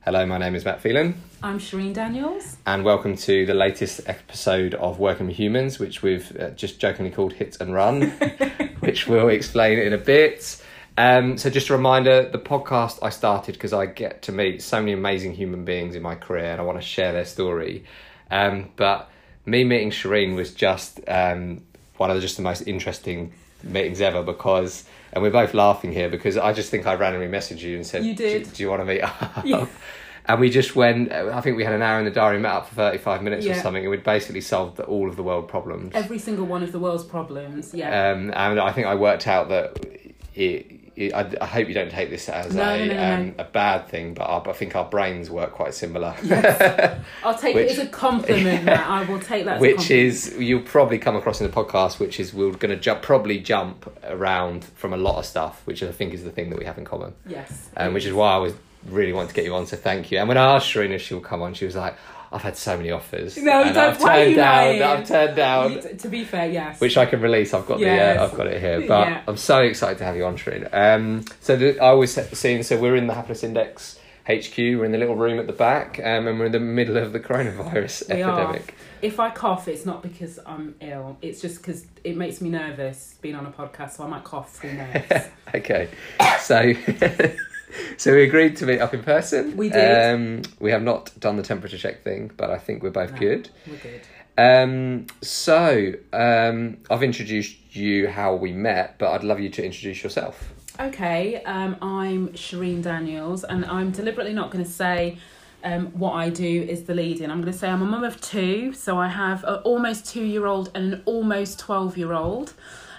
Hello, my name is Matt Phelan, I'm Shireen Daniels. and welcome to the latest episode of Working with Humans, which we've uh, just jokingly called Hit and Run, which we'll explain in a bit. Um, so, just a reminder the podcast I started because I get to meet so many amazing human beings in my career and I want to share their story. Um, but me meeting Shireen was just um, one of the, just the most interesting meetings ever because, and we're both laughing here because I just think I randomly messaged you and said, You "Do- did. Do, you want to meet up? Yeah. And we just went, uh, I think we had an hour in the diary, met up for 35 minutes or Yeah. something, and we'd basically solved the, all of the world problems. Every single one of the world's problems. Yeah. Um, and I think I worked out that it, it, I, I hope you don't take this as No, a, no, no, no. um, a bad thing, but our, I think our brains work quite similar. I'll take which- it as a compliment, Matt. I will take that as a which compliment. is you'll probably come across in the podcast which is we're going to ju- probably jump around from a lot of stuff which i think is the thing that we have in common Yes. um, which is why i was really wanted to get you on so thank you and when i asked Shireen if she'll come on she was like i've had so many offers No, and don't- i've why are turned you down lying? i've turned down You- t- to be fair, yes. which I can release. I've got Yes. the uh, I've got it here, but Yeah. I'm so excited to have you on, Shireen. Um, so the, I was seeing. So we're in the Happiness Index HQ. We're in the little room at the back, um, and we're in the middle of the coronavirus We are. epidemic. if I cough, it's not because I'm ill. It's just because it makes me nervous being on a podcast, so I might cough through nerves. Okay, so so we agreed to meet up in person. We did. Um, we have not done the temperature check thing, but I think we're both No, good. We're good. Um, so um, I've introduced you how we met, but I'd love you to introduce yourself. Okay, um, I'm Shireen Daniels, and I'm deliberately not going to say um, what I do is the lead in. I'm going to say I'm a mum of two, so I have an almost two year old and an almost 12 year old.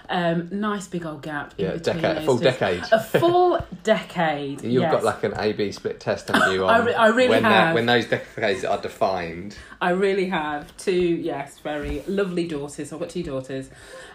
Um, nice big old gap. in Yeah, between decade- a those full two. decade. A full decade. You've yes. got like an A B split test, haven't you? I on re- I really when have. when those decades are defined. I really have two, yes, very lovely daughters. I've got two daughters.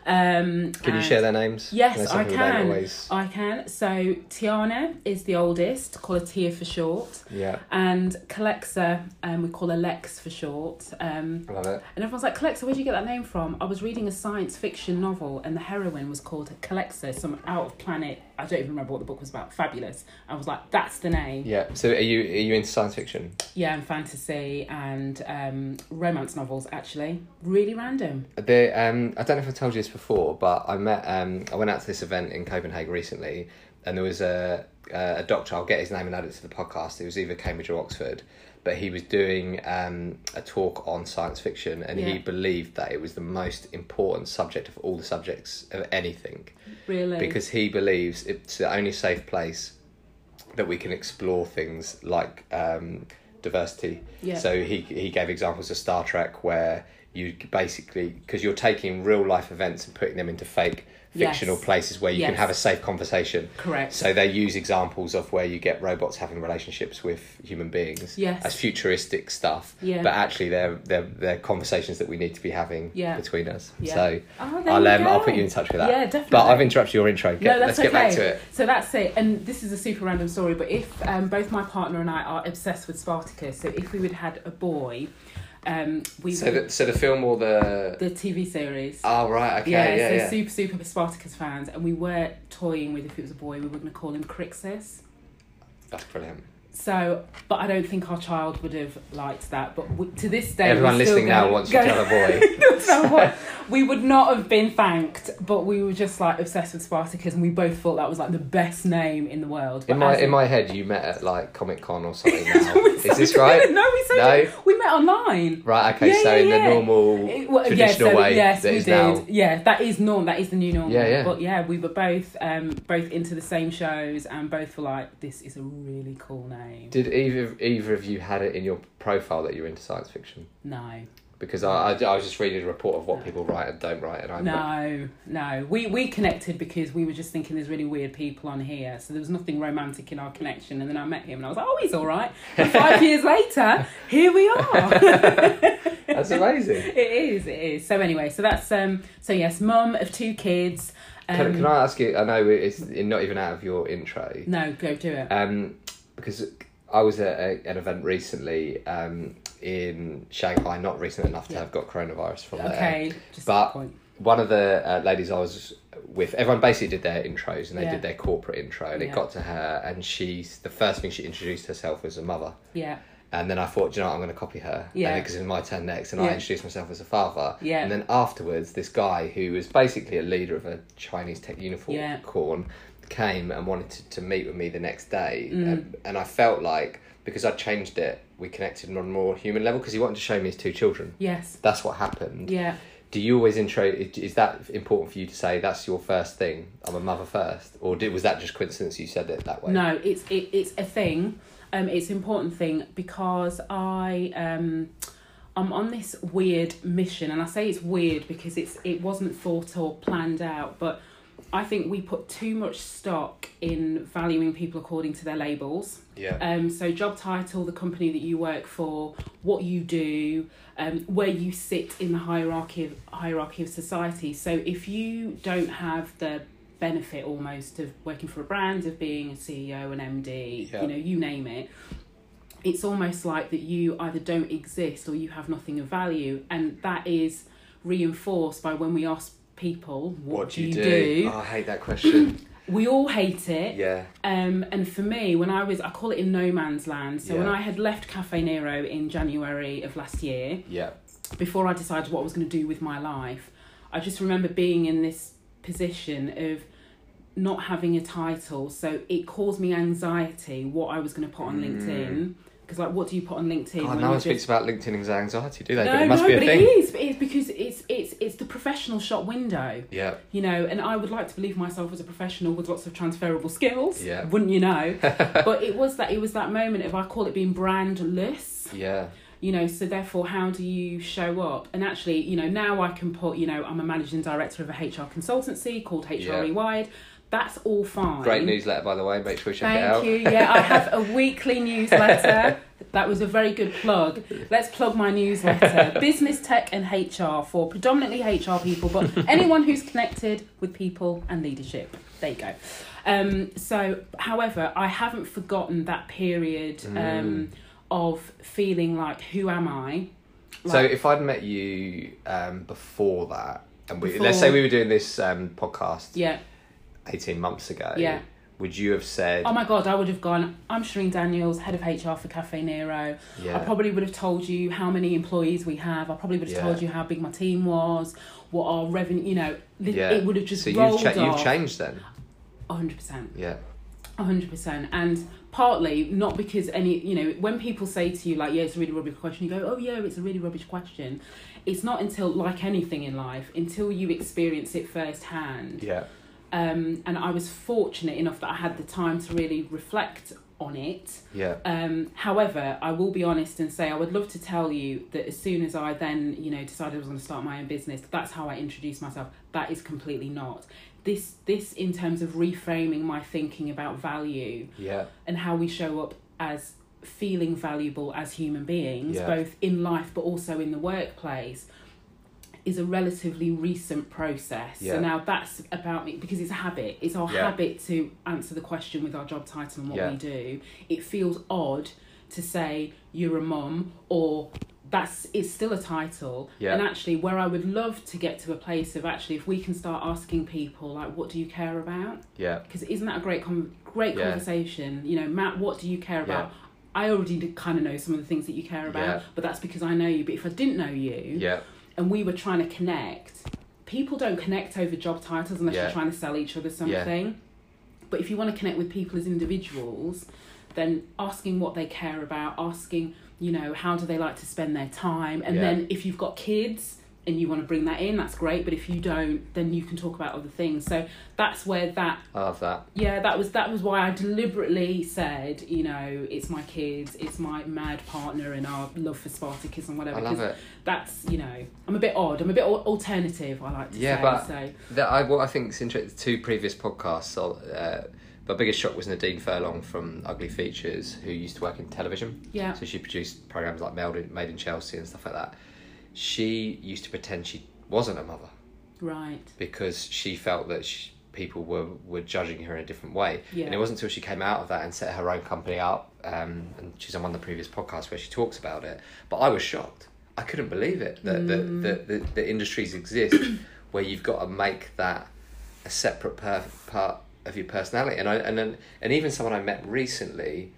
Um, Can you and- share their names? Yes, That's I something we don't can. always- I can. So Tiana is the oldest, call her Tia for short. Yeah, and Calexa, um, we call her Lex for short. Um, I love it. and everyone's like, Calexa, where'd you get that name from? I was reading a science fiction novel, and the heroine was called Calexa, some out of planet. I don't even remember what the book was about. Fabulous. I was like, that's the name. Yeah, Yeah. So are you are you into science fiction? and fantasy and um, romance novels. Actually, really random. The um, I don't know if I told you this before, but I met um, I went out to this event in Copenhagen recently, and there was a a doctor. I'll get his name and add it to the podcast. It was either Cambridge or Oxford, but he was doing um, a talk on science fiction, and he Yeah. believed that it was the most important subject of all the subjects of anything. Really. because he believes it's the only safe place that we can explore things like um, diversity. Yeah. So he he gave examples of Star Trek where you basically because you're taking real life events and putting them into fake Yes. fictional places where you can Yes. have a safe conversation. Correct. So they use examples of where you get robots having relationships with human beings Yes. as futuristic stuff. Yeah. But actually they're they're they're conversations that we need to be having Yeah. between us. Yeah. So Oh, there I'll you um, I'll go. put you in touch with that. Yeah, definitely. But I've interrupted your intro. Get, no, let's that's get okay. back to it. So that's it. And this is a super random story, but if um, both my partner and I are obsessed with Spartacus, so if we would had a boy, um, we So would, the, so the film or the the TV series. oh right okay yeah, yeah yeah, so super super Spartacus fans, and we were toying with if it was a boy, we were going to call him Crixus. that's Oh, brilliant. So, but I don't think our child would have liked that. But we, to this day, Everyone we still listening now go- wants to go- tell a boy. So what- we would not have been thanked, but we were just like obsessed with Spartacus, and we both thought that was like the best name in the world. But In my as in it- my head, you met at like Comic Con or something. Now. We Is so this didn't. right? No, we so No? didn't. we met online. Right okay. Yeah, so yeah, in the yeah. normal It- well, yeah, traditional so- way yes, that we is did. now. Yeah, that is norm. That is the new normal. Yeah, yeah. But yeah, we were both um, both into the same shows and both were like, this is a really cool name. Did either either of you had it in your profile that you were into science fiction? No, Because I, I, I was just reading a report of what people write and don't write, and I no, no. We we connected because we were just thinking there's really weird people on here, so there was nothing romantic in our connection. And then I met him and I was like, oh, he's all right. And five years later, here we are. that's amazing. it is, it is. So anyway, so that's um. So yes, mum of two kids. Um, Can, can I ask you? I know it's not even out of your intro. No, go do it. Um, because I was at a, an event recently um, in Shanghai, not recent enough to Yeah. have got coronavirus from there. Okay, just But- a point. One of the uh, ladies I was with everyone basically did their intros and they Yeah. did their corporate intro and Yeah. it got to her and she's the first thing she introduced herself was a mother Yeah. and then I thought, "Do you know, what, I'm going to copy her, Yeah. because it's my turn next, and I Yeah. introduced myself as a father, Yeah. and then afterwards, this guy who was basically a leader of a Chinese tech unicorn Yeah. came and wanted to, to meet with me the next day, Mm. and, and I felt like because I changed it, we connected on a more human level because he wanted to show me his two children. Yes. That's what happened. Yeah. Do you always intro? i- Is that important for you to say? That's your first thing. I'm a mother first, or did, was that just coincidence? You said it that way. No, it's it, it's a thing. Um, it's an important thing because I um, I'm on this weird mission, and I say it's weird because it's it wasn't thought or planned out, but I think we put too much stock in valuing people according to their labels. Yeah. Um, so job title, the company that you work for, what you do, um, where you sit in the hierarchy of hierarchy of society. So if you don't have the benefit almost of working for a brand, of being a CEO, an MD, Yeah. you know, you name it, it's almost like that you either don't exist or you have nothing of value, and that is reinforced by when we ask people, "What, do you do?" Uh-huh. Oh, I hate that question. We all hate it. yeah. Um, and for me, when I was, I call it in no man's land. So when Yeah. I had left Cafe Nero in January of last year, Yeah. before I decided what I was going to do with my life, I just remember being in this position of not having a title. So it caused me anxiety what I was going to put on LinkedIn. Because, like, what do you put on LinkedIn? Mm. God, when no you one just- speaks about LinkedIn anxiety, do they? no, but it must no, be a but thing. it is. But it's because it's, it's, it's the professional shop window Yeah. you know, and I would like to believe myself as a professional with lots of transferable skills. Yeah. Wouldn't you know? but it was that it was that moment of I call it being brandless. Yeah. You know, so therefore how do you show up? And actually, you know, now I can put, you know, I'm a managing director of a HR consultancy called HR Yeah. Rewired. That's all fine. Great newsletter, by the way. Make sure you check it out. Thank you. Yeah, I have a weekly newsletter. That was a very good plug. Let's plug my newsletter Business Tech and HR for predominantly HR people, but anyone who's connected with people and leadership. There you go. Um, so, however, I haven't forgotten that period Mm. um, of feeling like, who am I? So, if I'd met you um, before that, and we, Before- let's say we were doing this um, podcast Yeah. 18 months ago, Yeah. would you have said, Oh my God, I would have gone, I'm Shireen Daniels, head of HR for Cafe Nero. I Yeah. probably would have told you how many employees we have. I probably would have Yeah. told you how big my team was, what our revenue, you know, li- yeah. it would have just so rolled you've, cha- off. you've changed then? 100%. Yeah. 100%. And partly not because any, you know, when people say to you, like, yeah, it's a really rubbish question, you go, oh, yeah, it's a really rubbish question. It's not until, like anything in life, until you experience it firsthand Yeah. um, and I was fortunate enough that I had the time to really reflect on it. Yeah. Um, however, I will be honest and say I would love to tell you that as soon as I then, you know, decided I was going to start my own business, that's how I introduced myself. That is completely not. This, this in terms of reframing my thinking about value Yeah. and how we show up as feeling valuable as human beings, Yeah. both in life but also in the workplace, is a relatively recent process. Yeah. So now that's about me because it's a habit. It's our Yeah. habit to answer the question with our job title and what Yeah. we do. It feels odd to say you're a mum or that's it's still a title Yeah. and actually where i would love to get to a place of actually if we can start asking people like what do you care about Yeah. because isn't that a great com- great Yeah. conversation? You know, Matt, what do you care about? Yeah. I already kind of know some of the things that you care about, Yeah. but that's because I know you. But if I didn't know you Yeah. and we were trying to connect, people don't connect over job titles unless Yeah. you're trying to sell each other something. But if you want to connect with people as individuals, then asking what they care about, asking, you know, how do they like to spend their time, and Yeah. then if you've got kids and you want to bring that in, that's great. But if you don't, then you can talk about other things. So that's where that I love that. yeah that was that was why i deliberately said you know it's my kids it's my mad partner and our love for spartacus and whatever I love 'cause it. that's you know i'm a bit odd i'm a bit al- alternative i like to Yeah, say but- so That I what I think is interesting. The two previous podcasts, so, uh, my biggest shock was Nadine Furlong from Ugly Features, who used to work in television. yeah So she produced programs like Made in, Made in Chelsea and stuff like that. She used to pretend she wasn't a mother right because she felt that she, people were, were judging her in a different way. Yeah. And it wasn't until she came out of that and set her own company up, um, and she's on one of the previous podcasts where she talks about it. But I was shocked. I couldn't believe it that that that the, the industries exist where you've got to make that a separate per- part of your personality. And I and then, and even someone I met recently,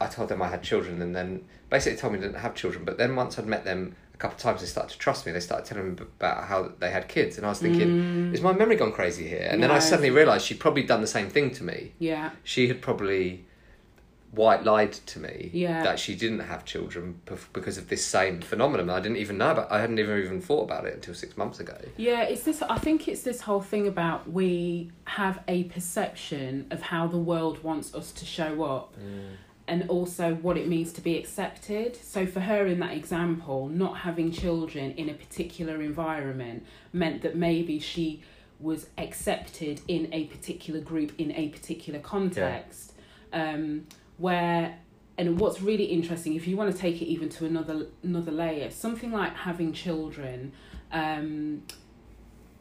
I told them I had children, and then basically told me I didn't have children. But then once I'd met them a couple of times, they started to trust me. They started telling me about how they had kids, and I was thinking, is my memory gone crazy here? And then I Mm. No. suddenly realised she'd probably done the same thing to me. Yeah. She had probably white lied to me Yeah. that she didn't have children bef- because of this same phenomenon. I didn't even know about. I hadn't even even thought about it until six months ago. Yeah, it's this. I think it's this whole thing about we have a perception of how the world wants us to show up, and also what it means to be accepted. So for her, in that example, not having children in a particular environment meant that maybe she was accepted in a particular group in a particular context. Um, where and what's really interesting, if you want to take it even to another another layer, something like having children. Um,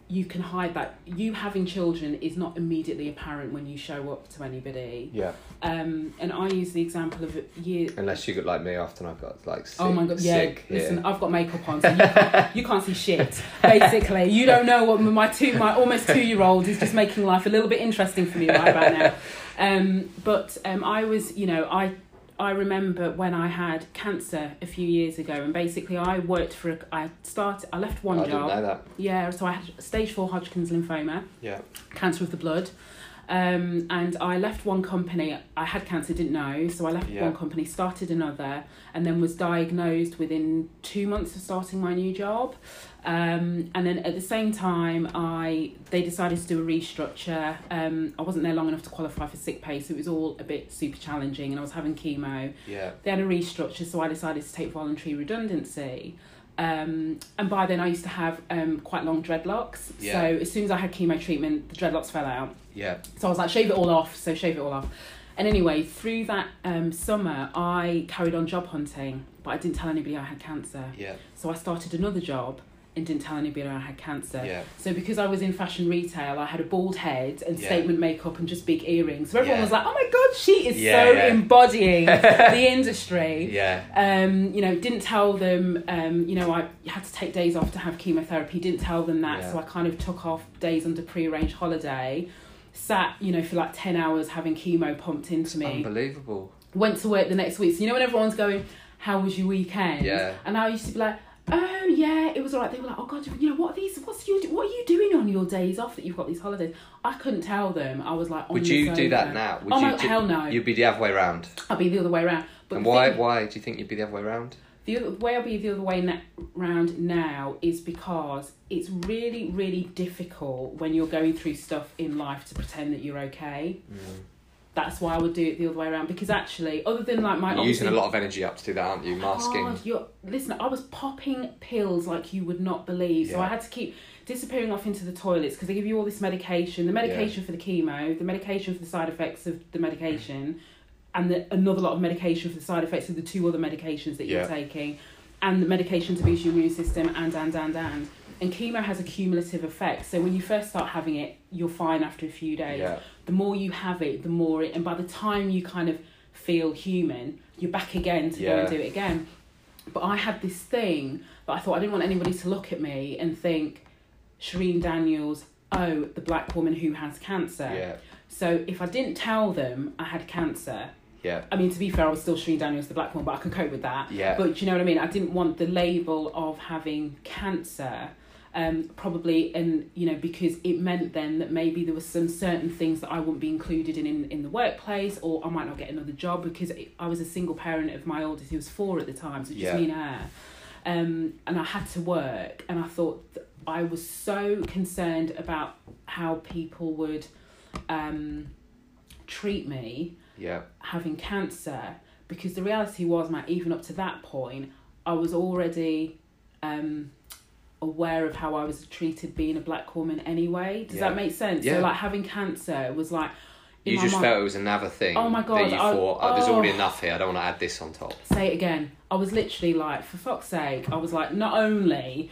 you can hide that you having children is not immediately apparent when you show up to anybody Yeah. um and i use the example of year Unless you got like me after I've got like sick, oh my god yeah sick here. listen i've got makeup on so you can't, you can't see shit basically you don't know what my two my almost two year old is just making life a little bit interesting for me right about now um but um i was you know i I remember when I had cancer a few years ago, and basically I worked for. A, I started. I left one I didn't job. know that. Yeah, so I had stage four Hodgkin's lymphoma, Yeah. cancer of the blood. Um, and I left one company. I had cancer, didn't know, so I left Yeah. one company, started another, and then was diagnosed within two months of starting my new job. Um, and then at the same time, I they decided to do a restructure. Um, I wasn't there long enough to qualify for sick pay, so it was all a bit super challenging, and I was having chemo Yeah. they had a restructure, so I decided to take voluntary redundancy. Um, and by then, I used to have um, quite long dreadlocks. Yeah. So as soon as I had chemo treatment, the dreadlocks fell out. Yeah. So I was like, shave it all off. So shave it all off. And anyway, through that um, summer, I carried on job hunting, but I didn't tell anybody I had cancer. Yeah. So I started another job and didn't tell anybody I had cancer. Yeah. So because I was in fashion retail, I had a bald head and Yeah. statement makeup and just big earrings. So everyone Yeah. was like, "Oh my god, she is Yeah, so yeah. embodying the industry." Yeah. um, you know, didn't tell them, um, you know, I had to take days off to have chemotherapy, didn't tell them that, Yeah. so I kind of took off days under prearranged holiday, sat, you know, for like 10 hours having chemo pumped into me, Unbelievable. went to work the next week. So, you know, when everyone's going, How was your weekend? Yeah. And I used to be like, Oh yeah, it was alright. They were like, oh god, you know what are these? What's you? What are you doing on your days off that you've got these holidays? I couldn't tell them. I was like, on Would the you do that sofa. now? Would oh you my do- hell no! You'd be the other way round. I'd be the other way around. But And the why? thing- Why do you think you'd be the other way round? The other way I'll be the other way na- round now is because it's really, really difficult when you're going through stuff in life to pretend that you're okay. That's why I would do it the other way around because actually, other than like my You're using a obviously- lot of energy up to do that, aren't you? Masking. God, you're, listen, I was popping pills like you would not believe. So Yeah. I had to keep disappearing off into the toilets because they give you all this medication the medication for the chemo, the medication for the side effects of the medication, and the, another lot of medication for the side effects of the two other medications that Yeah. you're taking, and the medication to boost your immune system, and, and, and, and. And chemo has a cumulative effect. So when you first start having it, you're fine after a few days Yeah. the more you have it, the more it, and by the time you kind of feel human, you're back again to go Yeah. and do it again. But I had this thing that I thought I didn't want anybody to look at me and think, Shireen Daniels, oh, the black woman who has cancer. Yeah. So if I didn't tell them I had cancer, Yeah. I mean, to be fair, I was still Shireen Daniels, the black one, but I could cope with that. Yeah. But do you know what I mean? I didn't want the label of having cancer, um, probably, and you know, because it meant then that maybe there was some certain things that I wouldn't be included in in, in the workplace, or I might not get another job because it, I was a single parent of my oldest, who was four at the time, so just Yeah. me and her. Um, and I had to work, and I thought th- I was so concerned about how people would um, treat me Yeah. having cancer because the reality was, Matt, even up to that point, I was already um, aware of how I was treated being a black woman anyway. Does Yeah. that make sense? Yeah. So, like, having cancer was like. in You my just mind- felt it was another thing Oh my that God, you I- thought, oh, there's already oh. enough here. I don't want to add this on top. say it again. I was literally like, for fuck's sake, I was like, not only,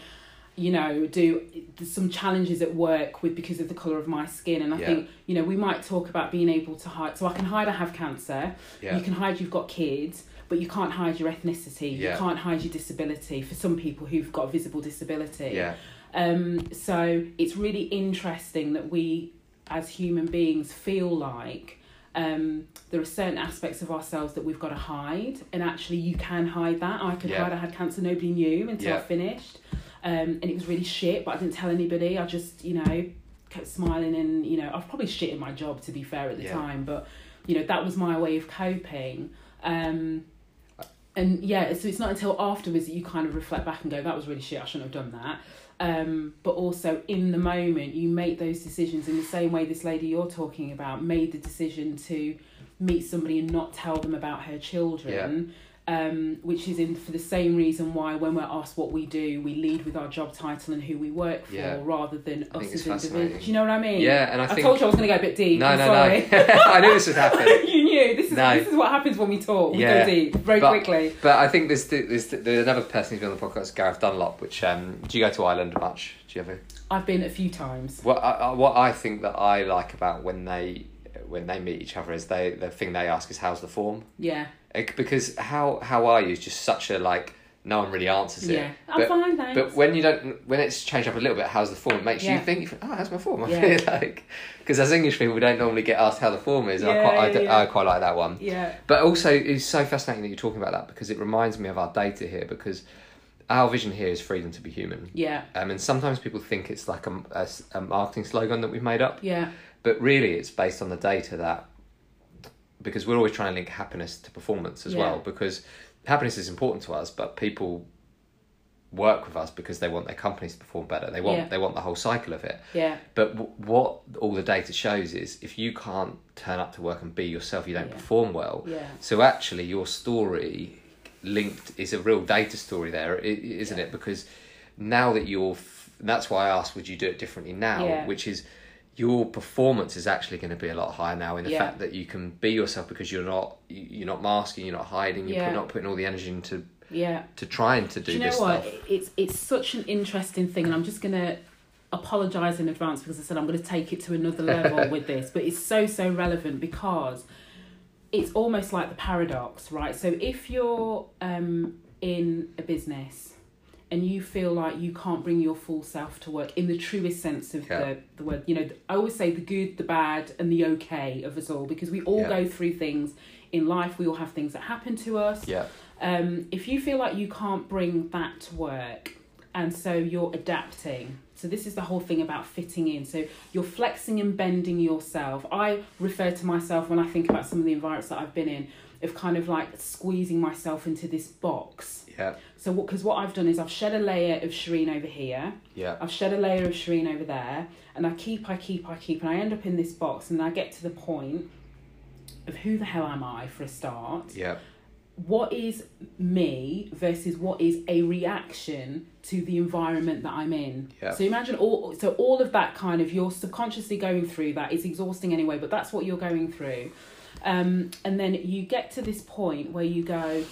you know, do there's some challenges at work with because of the colour of my skin, and I Yeah. think, you know, we might talk about being able to hide. So I can hide I have cancer. Yeah. You can hide you've got kids, but you can't hide your ethnicity. Yeah. You can't hide your disability for some people who've got visible disability. Yeah. Um, so it's really interesting that we, as human beings, feel like um, there are certain aspects of ourselves that we've got to hide, and actually, you can hide that. I could Yeah. hide I had cancer, nobody knew until I Yeah. finished, um, and it was really shit. But I didn't tell anybody. I just, you know, kept smiling, and you know, I've probably shit in my job to be fair at the Yeah. time, but you know, that was my way of coping. Um, and yeah, so it's not until afterwards that you kind of reflect back and go, that was really shit, I shouldn't have done that. Um, but also in the moment, you make those decisions in the same way this lady you're talking about made the decision to meet somebody and not tell them about her children. Um, which is in for the same reason why when we're asked what we do, we lead with our job title and who we work for Yeah. rather than I think it's us as individuals. Do fascinating. you know what I mean? Yeah, and I I, think told you I was going to go a bit deep. no, I'm no, sorry. no. I knew this would happen. you knew this is No. this is what happens when we talk. We Yeah, go deep very but- quickly. But I think there's, there's, there's another person who's been on the podcast, Gareth Dunlop. Which um, do you go to Ireland much? Do you ever? I've been a few times. What I, I- what I think that I like about when they when they meet each other is they the thing they ask is how's the form Yeah, Like, because how how are you is just such a like no one really answers it. yeah. I'm But- fine, thanks. But when you don't, when it's changed up a little bit, how's the form? It makes Yeah. you think. You think, oh, how's my form? I Yeah. feel like because as English people, we don't normally get asked how the form is. and I Yeah, quite, I, yeah, d- yeah. I quite like that one. yeah, But also, it's so fascinating that you're talking about that because it reminds me of our data here because our vision here is freedom to be human. yeah, Um, and sometimes people think it's like a, a s- a marketing slogan that we've made up, yeah, but really it's based on the data that because we're always trying to link happiness to performance as Yeah. well because happiness is important to us, but people work with us because they want their companies to perform better. They want Yeah. they want the whole cycle of it. yeah, But w- what all the data shows is if you can't turn up to work and be yourself, you don't Yeah. perform well. Yeah. So actually, your story linked is a real data story there, i- i- isn't it? Because now that you're, f- that's why I asked, would you do it differently now? Yeah. Which is your performance is actually going to be a lot higher now in the Yeah. fact that you can be yourself because you're not you- you're not masking, you're not hiding, you're Yeah. not putting all the energy into yeah. to trying to do, you know this what? stuff. It's it's such an interesting thing, and I'm just gonna apologize in advance because I said I'm gonna take it to another level with this, but it's so so relevant because it's almost like the paradox, right? So if you're um, in a business and you feel like you can't bring your full self to work in the truest sense of Yeah. the, the word, you know, I always say the good, the bad, and the okay of us all because we all Yeah. go through things in life. We all have things that happen to us Yeah, um, if you feel like you can't bring that to work and so you're adapting so this is the whole thing about fitting in so you're flexing and bending yourself i refer to myself when i think about some of the environments that i've been in of kind of like squeezing myself into this box yeah, so what because what i've done is i've shed a layer of shireen over here yeah, I've shed a layer of Shireen over there, and I keep, I keep, I keep, and I end up in this box, and I get to the point of who the hell am I for a start? yeah, what is me versus what is a reaction to the environment that I'm in. Yeah. So imagine all so all of that kind of you're subconsciously going through that. It's exhausting anyway, but that's what you're going through. Um, and then you get to this point where you go,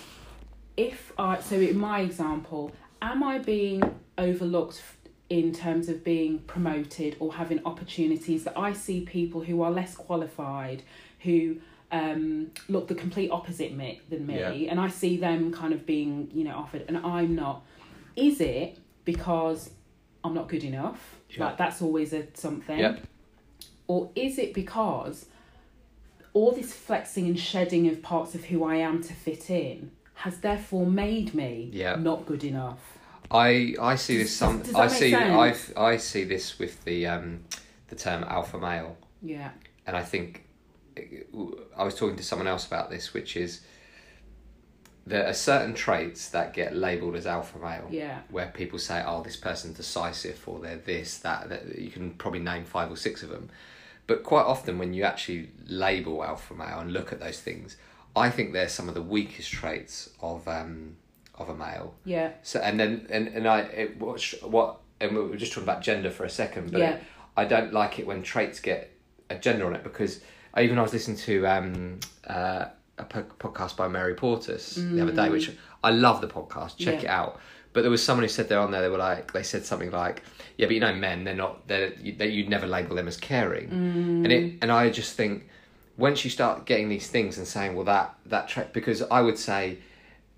if I so in my example, am I being overlooked f- in terms of being promoted or having opportunities that I see people who are less qualified, who um, look the complete opposite me than me, Yeah. and I see them kind of being you know offered, and I'm not. Is it because I'm not good enough? Yeah. Like that's always a something. yeah. Or is it because all this flexing and shedding of parts of who I am to fit in has therefore made me Yeah. not good enough? I I see Does- this some does- does I that make see I sense? I see this with the um the term alpha male Yeah, and I think I was talking to someone else about this which is there are certain traits that get labeled as alpha male yeah, where people say oh this person's decisive or they're this that, that you can probably name five or six of them but quite often when you actually label alpha male and look at those things I think they're some of the weakest traits of um of a male yeah, so and then and and I it, what sh- what and we were just talking about gender for a second, but Yeah. I don't like it when traits get a gender on it because I even I was listening to um uh, a po- podcast by Mary Portis the other day, which I love the podcast. Check Mm. it Yeah. out. But there was someone who said they're on there. They were like, they said something like, "Yeah, but you know, men, they're not. They're you, they, you'd never label them as caring." Mm. And it and I just think once you start getting these things and saying, "Well, that that trait," because I would say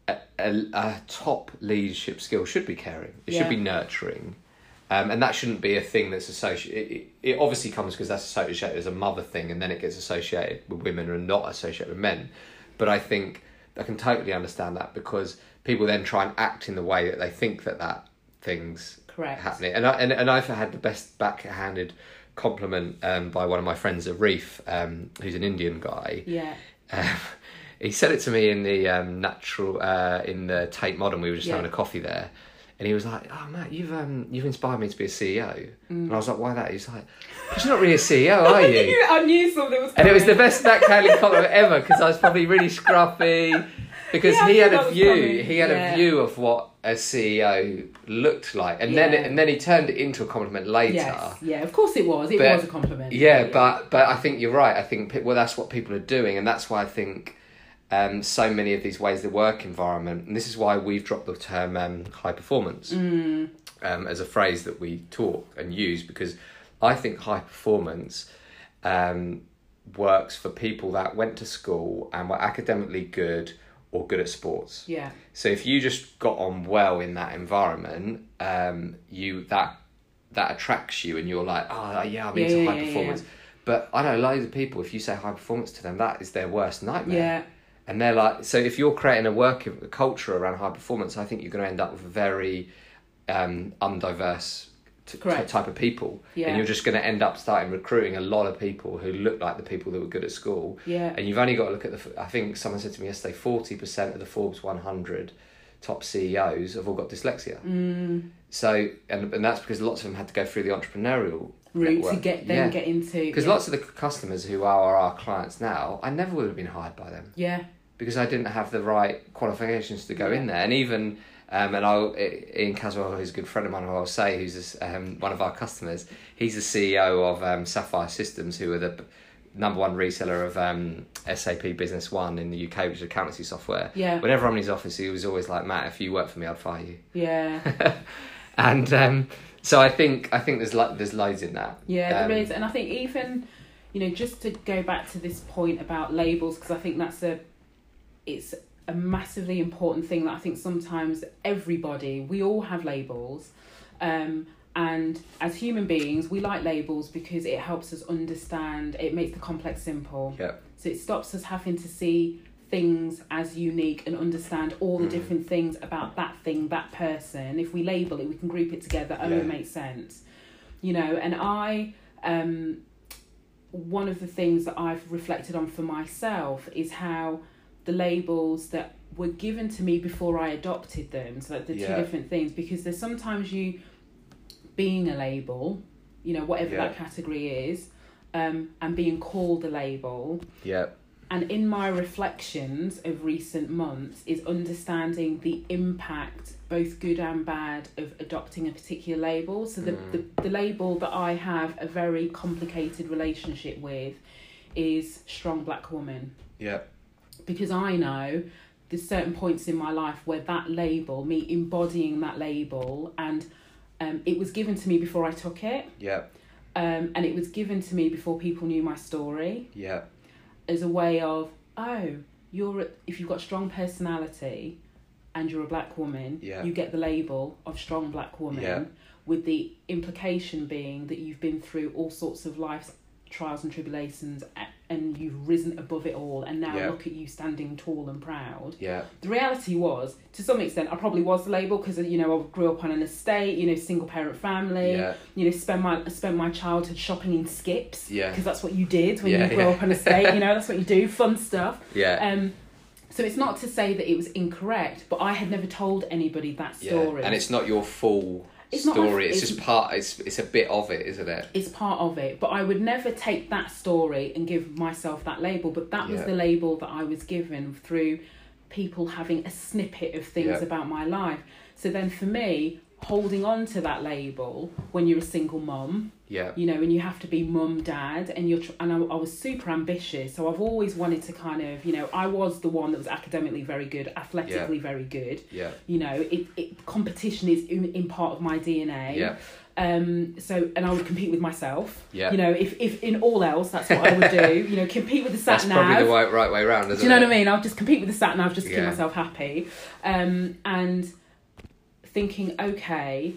a, a, a top leadership skill should be caring. It Yeah. should be nurturing. Um, and that shouldn't be a thing that's associated. It, it obviously comes because that's associated as a mother thing, and then it gets associated with women and not associated with men. But I think I can totally understand that because people then try and act in the way that they think that that thing's Correct. happening. And I and, and I've had the best backhanded compliment um, by one of my friends, Arif, um, who's an Indian guy. Yeah. Um, he said it to me in the um, natural uh, in the Tate Modern. We were just Yeah. having a coffee there, and he was like, "Oh, Matt, you've um, you've inspired me to be a CEO." And I was like, "Why that?" He's like, "Because you're not really a CEO, are you?" I knew something was Oh, And coming. it was the best backhanded compliment ever because I was probably really scruffy because Yeah, I he had knew a that was view. coming. He had Yeah. a view of what a CEO looked like, and Yeah. then and then he turned it into a compliment later. Yes. Yeah, of course it was. It But- was a compliment. Yeah, but but I think you're right. I think pe- well, that's what people are doing, and that's why I think um, so many of these ways the work environment, and this is why we've dropped the term um, high performance um, as a phrase that we talk and use because I think high performance um, works for people that went to school and were academically good or good at sports. Yeah. So if you just got on well in that environment, um, you that that attracts you, and you're like, oh yeah, I'm Yeah, into yeah, high yeah, performance. But I know loads of people. If you say high performance to them, that is their worst nightmare. Yeah. And they're like, so if you're creating a work a culture around high performance, I think you're going to end up with a very um, undiverse t- t- Correct. type of people, Yeah. and you're just going to end up starting recruiting a lot of people who look like the people that were good at school. Yeah. And you've only got to look at the. f- I think someone said to me yesterday, forty percent of the Forbes 100 top CEOs have all got dyslexia. Mm. So, and and that's because lots of them had to go through the entrepreneurial Route to network. get them Yeah. get into. Because yeah. lots of the c- customers who are our clients now, I never would have been hired by them Yeah. because I didn't have the right qualifications to go in there. And even um, and I'll I- Ian Caswell, who's a good friend of mine, who I'll say who's this, um, one of our customers. He's the CEO of um, Sapphire Systems, who are the b- number one reseller of um, SAP Business One in the UK, which is accountancy software. Yeah. Whenever I'm in his office, he was always like, "Matt, if you work for me, I'd fire you." Yeah. And um, so I think I think there's lo- there's loads in that. Yeah, Um, there is, and I think even, you know, just to go back to this point about labels, because I think that's a, it's a massively important thing that I think sometimes everybody, we all have labels, um, and as human beings, we like labels because it helps us understand. It makes the complex simple. Yeah. So it stops us having to see things as unique and understand all Mm. the different things about that thing, that person. If we label it, we can group it together. Oh, Yeah. it makes sense. You know, and I, um, one of the things that I've reflected on for myself is how the labels that were given to me before I adopted them, so like the Yeah. two different things, because there's sometimes you being a label, you know, whatever Yeah. that category is, um, and being called a label, Yeah. and in my reflections of recent months is understanding the impact both good and bad of adopting a particular label so the, the, the label that i have a very complicated relationship with is strong black woman Yeah. because i know there's certain points in my life where that label me embodying that label and um, it was given to me before i took it Yeah. um, and it was given to me before people knew my story Yeah. as a way of oh you're a- if you've got strong personality and you're a black woman Yeah. you get the label of strong black woman Yeah. with the implication being that you've been through all sorts of life's trials and tribulations a- and you've risen above it all and now Yeah. look at you standing tall and proud Yeah. the reality was to some extent i probably was the label because you know i grew up on an estate you know single parent family Yeah. you know spend my spend my childhood shopping in skips Yeah. because that's what you did when Yeah, you grow yeah. up on a state you know that's what you do fun stuff Yeah. um so it's not to say that it was incorrect but i had never told anybody that Yeah, story and it's not your full It's not my- story. it's, it's- just part. It's it's a bit of it, isn't it? it's part of it but i would never take that story and give myself that label but that was Yeah. the label that i was given through people having a snippet of things Yeah. about my life so then for me holding on to that label when you're a single mum Yeah, you know, and you have to be mum, dad, and you're. Tr- and I, I was super ambitious, so I've always wanted to kind of, you know, I was the one that was academically very good, athletically very good. yeah, You know, it, it competition is in, in part of my DNA. yeah, Um. So, and I would compete with myself. Yeah. You know, if if in all else, that's what I would do. You know, compete with the sat That's probably nav. the right, right way around, isn't Do you know it? what I mean? I'll just compete with the sat nav just to keep Yeah. myself happy. Um, and thinking, okay,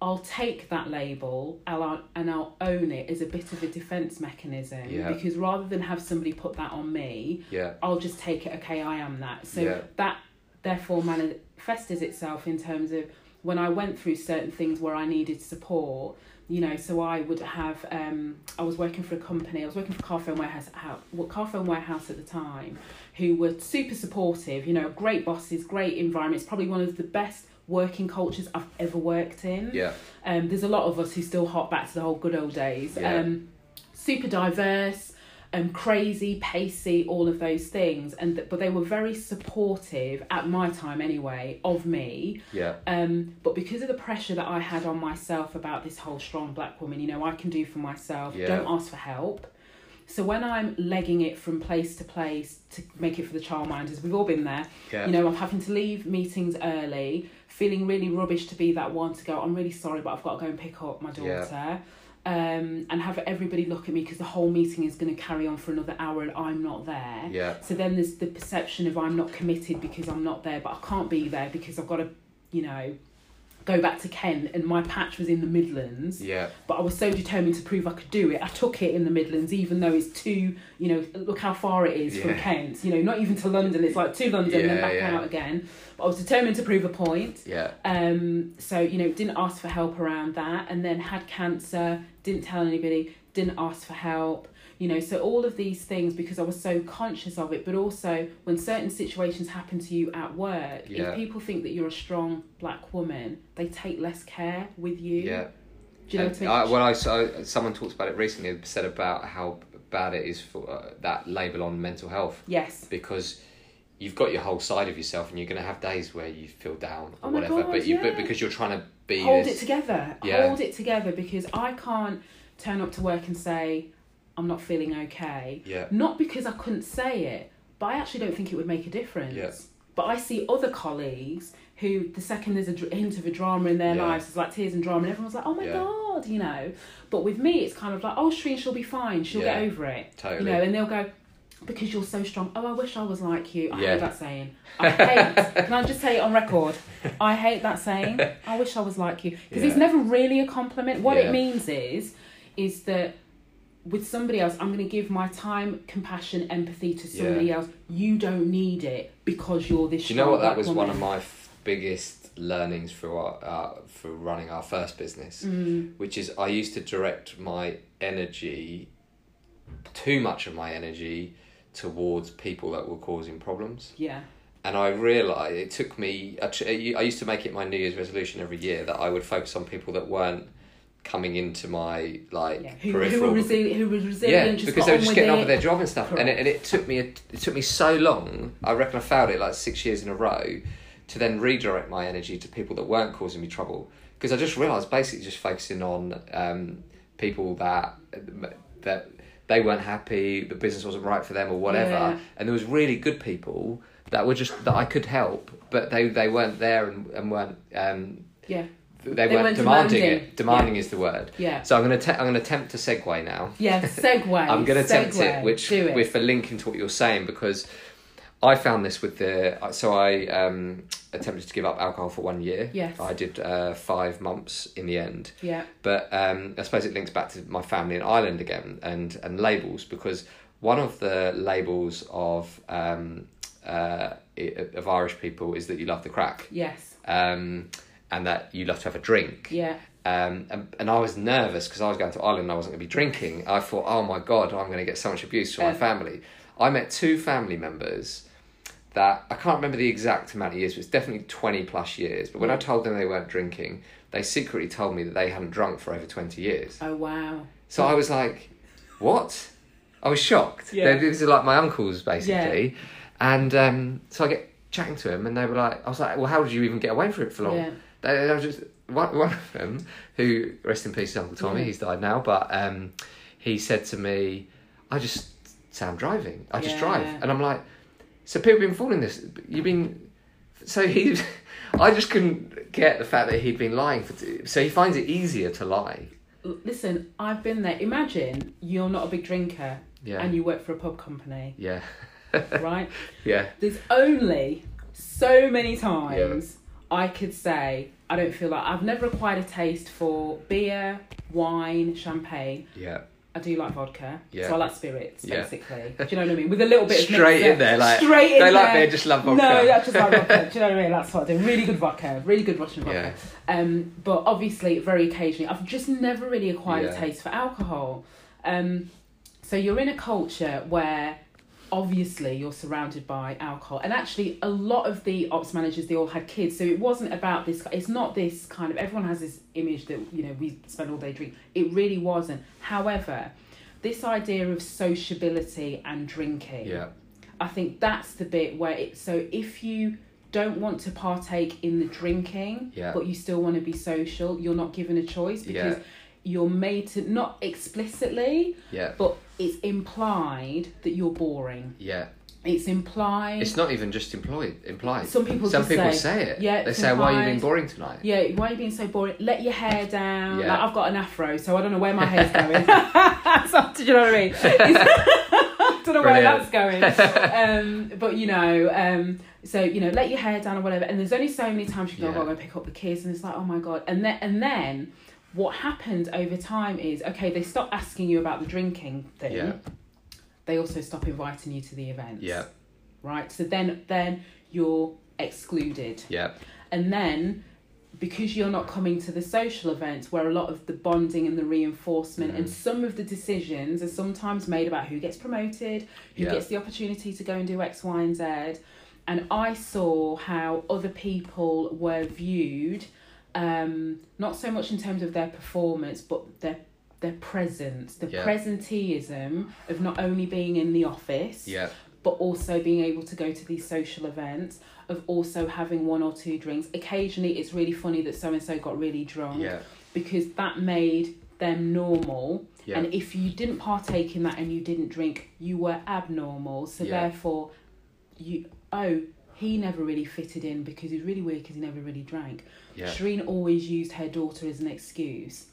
I'll take that label and I'll, and I'll own it as a bit of a defense mechanism Yeah. because rather than have somebody put that on me, Yeah. I'll just take it, okay, I am that. So Yeah. that therefore manifests itself in terms of when I went through certain things where I needed support, you know, so I would have, um, I was working for a company, I was working for Carphone Warehouse, how- well, Carphone Warehouse at the time, who were super supportive, you know, great bosses, great environments, probably one of the best working cultures I've ever worked in. Yeah. Um, there's a lot of us who still hop back to the whole good old days. Yeah. Um, super diverse, um, crazy, pacey, all of those things, and th- but they were very supportive at my time anyway of me. Yeah. Um, but because of the pressure that I had on myself about this whole strong black woman, you know, I can do for myself. Yeah. Don't ask for help. So when I'm legging it from place to place to make it for the childminders, we've all been there. Yeah. You know, I'm having to leave meetings early, feeling really rubbish to be that one to go. I'm really sorry, but I've got to go and pick up my daughter. Yeah. Um, and have everybody look at me because the whole meeting is going to carry on for another hour and I'm not there. Yeah. So then there's the perception of I'm not committed because I'm not there, but I can't be there because I've got to, you know, go back to Kent and my patch was in the Midlands. Yeah. But I was so determined to prove I could do it. I took it in the Midlands, even though it's too, you know, look how far it is from Yeah. Kent. You know, not even to London. It's like to London and then Yeah, back yeah. out again. But I was determined to prove a point. Yeah. Um, so you know, didn't ask for help around that, and then had cancer, didn't tell anybody, didn't ask for help. You know, so all of these things because I was so conscious of it, but also when certain situations happen to you at work, Yeah. if people think that you're a strong black woman, they take less care with you. Yeah. Do you know And what I mean? I, when I saw someone talked about it recently, and said about how bad it is for uh, that label on mental health yes. because you've got your whole side of yourself, and you're going to have days where you feel down or Oh my whatever. God, but you, but yeah. because you're trying to be Hold it this, together. Yeah. Hold it together because I can't turn up to work and say I'm not feeling okay. yeah, Not because I couldn't say it, but I actually don't think it would make a difference. Yeah. But I see other colleagues who, the second there's a dr- hint of a drama in their Yeah. lives, it's like tears and drama, and everyone's like, oh my Yeah. God, you know. But with me, it's kind of like, oh, Shreen, she'll be fine, she'll Yeah. get over it. totally, You know, and they'll go, because you're so strong. Oh, I wish I was like you. I Yeah. hate that saying. I hate. can I just say it on record? I hate that saying. I wish I was like you because it's Yeah. never really a compliment. What Yeah. it means is, is that with somebody else, I'm going to give my time, compassion, empathy to somebody Yeah. else. You don't need it because you're this. Do you know strong what? That black was woman. one of my f- biggest learnings for our, uh, for running our first business, which is I used to direct my energy, too much of my energy, towards people that were causing problems. Yeah. And And I realised it took me. I tr- I used to make it my New Year's resolution every year that I would focus on people that weren't coming into my like yeah. Who, who peripheral were resilient? Who were resilient? yeah, just because got they were on just with getting on it. with their job and stuff, and it, Correct. and it took me a, it took me so long. I reckon I failed it like six years in a row, to then redirect my energy to people that weren't causing me trouble. Because I just realised basically just focusing on um, people that that they weren't happy, the business wasn't right for them or whatever, Yeah. and there was really good people that were just that I could help, but they they weren't there and, and weren't um, Yeah. they, weren't, weren't demanding, demanding. it. Demanding is the word. Yeah. So I'm gonna te- I'm gonna attempt to segue now. Yeah. Segue. I'm going to attempt segue. it, which Do it. with a link into what you're saying, because I found this with the. So I um, attempted to give up alcohol for one year. Yes. I did uh, five months in the end. yeah. But um, I suppose it links back to my family in Ireland again and, and labels, because one of the labels of, um, uh, i- of Irish people is that you love the crack Yes. um, and that you love to have a drink. Yeah. Um, and, and I was nervous because I was going to Ireland and I wasn't going to be drinking. I thought, oh my God, I'm going to get so much abuse from my Um, family. I met two family members that I can't remember the exact amount of years, but it's definitely 20 plus years. But when I Mm. told them they weren't drinking, they secretly told me that they hadn't drunk for over 20 years. Oh wow. So I was like, what? I was shocked. Yeah. They- These are like my uncles, basically. And um, so I get chatting to them, and they were like, I was like, well, how did you even get away from it for long? Yeah. They, they were just one, one of them, who rest in peace, Uncle Tommy. Yeah. He's died now, but um, he said to me, I just Sam driving. I just Yeah. drive, and I'm like, so people been fooling this. You've been so he. I just couldn't get the fact that he'd been lying for. T- so he finds it easier to lie. L- Listen, I've been there. Imagine you're not a big drinker Yeah. and you work for a pub company, yeah. right? Yeah. There's only so many times I could say, I don't feel like I've never acquired a taste for beer, wine, champagne. Yeah. I do like vodka, Yeah. so I like spirits Yeah. basically. Do you know what I mean? With a little bit of Straight mixer. in there, like straight in they like there. they just love vodka. No, that's just like vodka. Do you know what I mean? That's what I do. Really good vodka, really good Russian vodka. Um, but obviously, very occasionally, I've just never really acquired a Yeah. taste for alcohol. Um, so you're in a culture where obviously you're surrounded by alcohol, and actually, a lot of the ops managers they all had kids, so it wasn't about this. It's not this kind of everyone has this image that you know we spend all day drinking. It really wasn't. However, this idea of sociability and drinking. Yeah. I think that's the bit where it. So if you don't want to partake in the drinking, Yeah. but you still want to be social, you're not given a choice because Yeah. you're made to not explicitly, Yeah. but it's implied that you're boring. Yeah. It's implied. It's not even just employed implied. Some people Some just people say, say it. yeah, They it's say, Why are you being implied." boring tonight? yeah, why are you being so boring? Let your hair down. Yeah. Like I've got an afro, so I don't know where my hair's going. so, do you know what I mean? I don't know Brilliant. where that's going. Um, but you know, um, so you know, let your hair down or whatever. And there's only so many times you go, Yeah. "Oh, I'll go pick up the kids," and it's like, "Oh my god!" And then and then what happened over time is okay, they stop asking you about the drinking thing. Yeah. They also stop inviting you to the events. Yeah. Right. So then then you're excluded. Yeah. And then because you're not coming to the social events where a lot of the bonding and the reinforcement Mm. and some of the decisions are sometimes made about who gets promoted, who Yeah. gets the opportunity to go and do X, Y, and Z. And I saw how other people were viewed, um, not so much in terms of their performance, but their their presence, the Yeah. presenteeism of not only being in the office, Yeah. but also being able to go to these social events of also having one or two drinks occasionally it's really funny that so and so got really drunk Yeah. because that made them normal Yeah. and if you didn't partake in that and you didn't drink you were abnormal so Yeah. therefore you oh he never really fitted in because he's really weird because he never really drank Yeah. Shireen always used her daughter as an excuse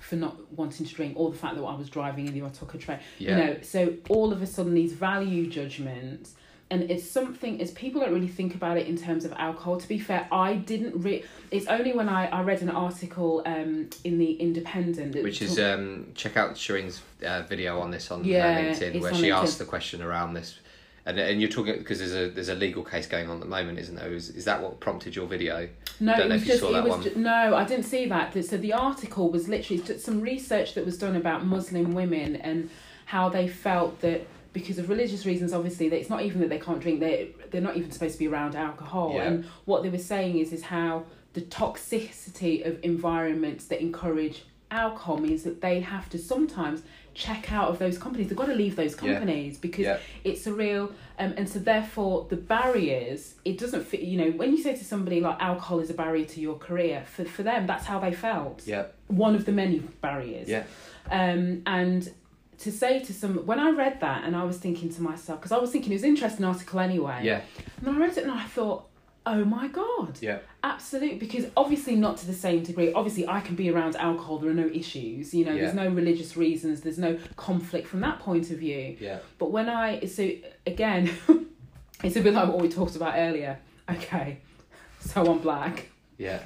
for not wanting to drink or the fact that I was driving and I took a train. Yeah. You know, so all of a sudden these value judgments and it's something as people don't really think about it in terms of alcohol. To be fair, I didn't re- it's only when I, I read an article um in the Independent that Which is um, check out Shireen's uh, video on this on her Yeah, LinkedIn it's where on she LinkedIn. asked the question around this, and and you're talking because there's a there's a legal case going on at the moment, isn't there? Is, is that what prompted your video? No, Don't it know was if you just, saw it that was one. ju- no, I didn't see that. Th- So the article was literally just some research that was done about Muslim women and how they felt that because of religious reasons, obviously, that it's not even that they can't drink; they they're not even supposed to be around alcohol. Yeah. And what they were saying is is how the toxicity of environments that encourage alcohol means that they have to sometimes check out of those companies. They've got to leave those companies because Yeah. it's a real um, and so therefore the barriers it doesn't fit you know when you say to somebody like alcohol is a barrier to your career for, for them that's how they felt Yeah. one of the many barriers Yeah. um, and to say to some when i read that and i was thinking to myself because i was thinking it was an interesting article anyway Yeah. and then i read it and i thought oh my god Yeah. Absolutely, because obviously not to the same degree. Obviously, I can be around alcohol. There are no issues. You know, Yeah. there's no religious reasons. There's no conflict from that point of view. Yeah. But when I so again, it's a bit like what we talked about earlier. Okay, so I'm black. Yeah.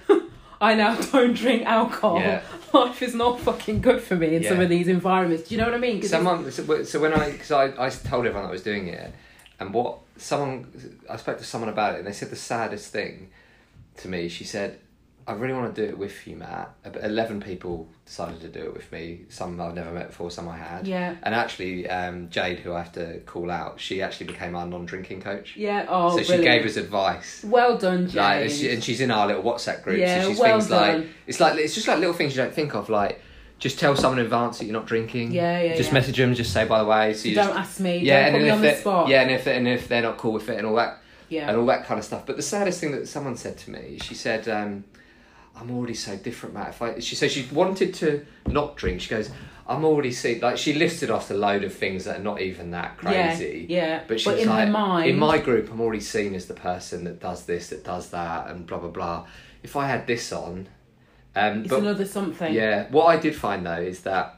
I now don't drink alcohol. Yeah. Life is not fucking good for me in some Yeah. of these environments. Do you know what I mean? 'Cause it's- Someone. So, so when I because I, I told everyone I was doing it, and what someone I spoke to someone about it, and they said the saddest thing to me. She said, "I really want to do it with you, Matt." About Eleven people decided to do it with me. Some I've never met before. Some I had. Yeah. And actually, um, Jade, who I have to call out, she actually became our non-drinking coach. yeah. Oh, so she brilliant. gave us advice. Well done, Jane. Like, and, she, and she's in our little WhatsApp group. Yeah, so she's well things like done. it's like it's just like little things you don't think of. Like just tell someone in advance that you're not drinking. Yeah, yeah, Just yeah. message them. Just say by the way. So you don't just, ask me. yeah, don't put and me then on if the they- spot. yeah, and if and if they're not cool with it and all that Yeah. and all that kind of stuff. But the saddest thing that someone said to me, she said, um, "I'm already so different, Matt." If I, she said she wanted to not drink. She goes, "I'm already see like she listed off a load of things that are not even that Yeah, crazy." yeah. but she But was in her like, mind- "In my group, I'm already seen as the person that does this, that does that, and blah blah blah." If I had this on, um, It's but another something. yeah, what I did find though is that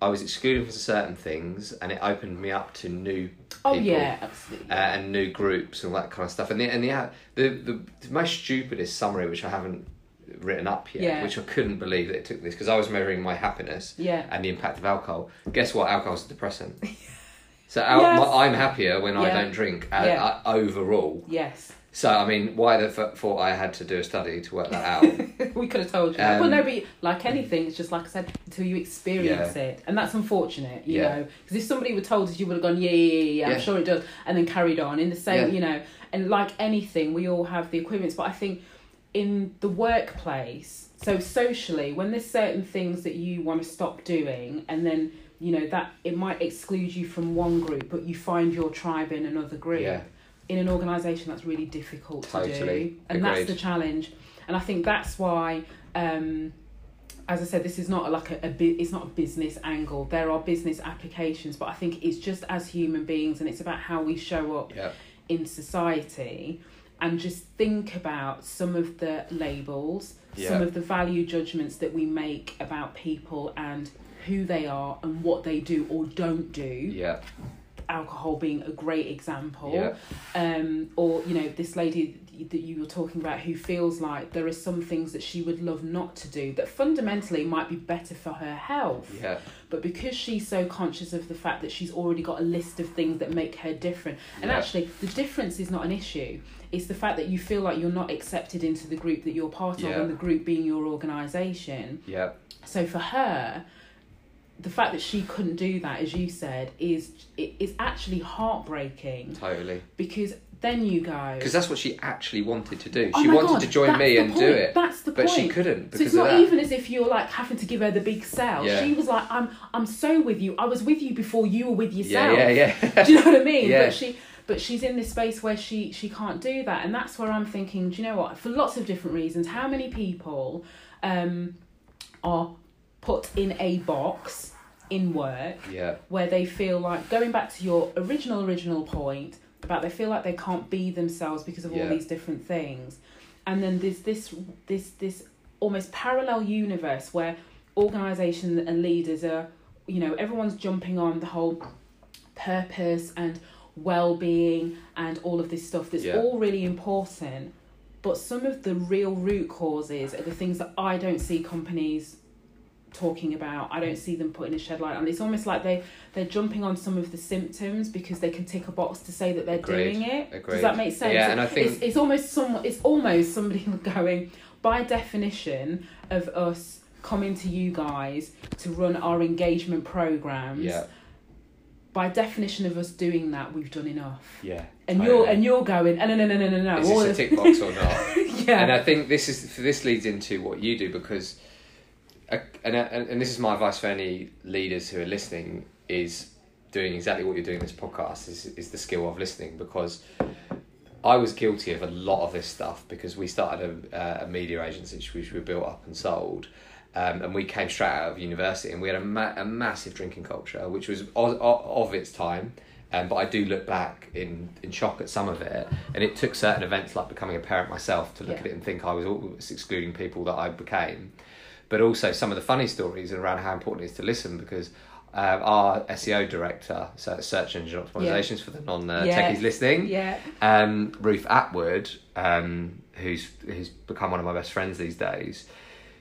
I was excluded from certain things, and it opened me up to new. Oh people yeah, absolutely. uh, and new groups and all that kind of stuff. And the and the the, the, the most stupidest summary, which I haven't written up yet, Yeah. which I couldn't believe that it took this because I was measuring my happiness Yeah. and the impact of alcohol. Guess what? Alcohol's a depressant. so al- my- Yes. I'm happier when I Yeah. don't drink uh, Yeah. uh, overall. Yes. So I mean, why the f- thought I had to do a study to work that out? we could have told you. that. Um, well, no, but like anything, it's just like I said, until you experience Yeah. it, and that's unfortunate, you know. Yeah. 'Cause know. Because if somebody were told us, you would have gone, yeah, yeah, yeah, yeah, I'm Yeah. sure it does, and then carried on in the same, Yeah. you know. And like anything, we all have the equivalents, but I think in the workplace, so socially, when there's certain things that you want to stop doing, and then you know that it might exclude you from one group, but you find your tribe in another group yeah, in an organisation that's really difficult to do Totally. and that's Agreed. the challenge and i think that's why um, as i said this is not like a, a bu- it's not a business angle there are business applications but i think it's just as human beings and it's about how we show up yeah, in society and just think about some of the labels, some Yeah. of the value judgments that we make about people and who they are and what they do or don't do. yeah, Alcohol being a great example. Yeah. Um, or, you know, this lady that you were talking about who feels like there are some things that she would love not to do that fundamentally might be better for her health. yeah. But because she's so conscious of the fact that she's already got a list of things that make her different, and Yeah. actually the difference is not an issue. It's the fact that you feel like you're not accepted into the group that you're part of, Yeah. and the group being your organisation. Yeah, So for her, the fact that she couldn't do that, as you said, is it is actually heartbreaking totally. because then you go. Because that's what she actually wanted to do. "Oh She my wanted God, to join that's me the and do point, it, That's the but point. she couldn't So because it's not of that. even as if you're like having to give her the big sell. Yeah. She was like, "I'm, I'm so with you. I was with you before you were with yeah, yourself." yeah, yeah. do you know what I mean? Yeah. But she, but she's in this space where she she can't do that, and that's where I'm thinking. Do you know what? For lots of different reasons, how many people um, are put in a box in work yeah, where they feel like going back to your original original point about they feel like they can't be themselves because of all Yeah. these different things and then there's this this this almost parallel universe where organization and leaders are you know everyone's jumping on the whole purpose and well-being and all of this stuff that's Yeah. all really important but some of the real root causes are the things that I don't see companies talking about. I don't see them putting a shed light on. It's almost like they they're jumping on some of the symptoms because they can tick a box to say that they're Agreed. doing it. Does Agreed. that make sense? Yeah, and I think- it's, it's almost some it's almost somebody going by definition of us coming to you guys to run our engagement programs. yeah, By definition of us doing that, we've done enough. yeah. And you're totally. and you're going. Oh, no no no no no no. is all this of- a tick box or not? yeah. And I think this is this leads into what you do because, uh, and and and this is my advice for any leaders who are listening is doing exactly what you're doing in this podcast is is the skill of listening because. I was guilty of a lot of this stuff because we started a, uh, a media agency which we built up and sold, um, and we came straight out of university and we had a, ma- a massive drinking culture which was of, of its time. Um, but I do look back in, in shock at some of it, and it took certain events like becoming a parent myself to look Yeah. at it and think I was always excluding people that I became, but also some of the funny stories around how important it is to listen because um, our SEO director, so search engine optimizations for the non uh, Yeah. techies listening, yeah. um, Ruth Atwood, um, who's who's become one of my best friends these days,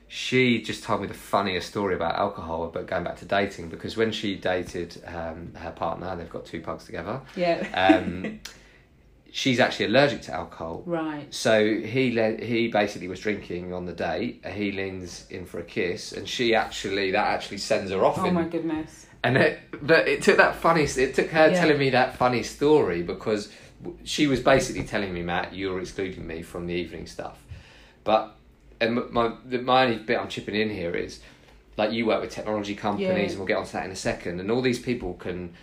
she just told me the funniest story about alcohol, but going back to dating because when she dated um, her partner, they've got two pugs together. Yeah. Um, she's actually allergic to alcohol, Right. so he le- he basically was drinking on the date. He leans in for a kiss, and she actually that actually sends her off. Oh in, my goodness. and it, but it took that funny. It took her Yeah. telling me that funny story because w- she was basically telling me, Matt, you're excluding me from the evening stuff. But and m- my the, my only bit I'm chipping in here is like you work with technology companies, Yeah. and we'll get onto that in a second. And all these people can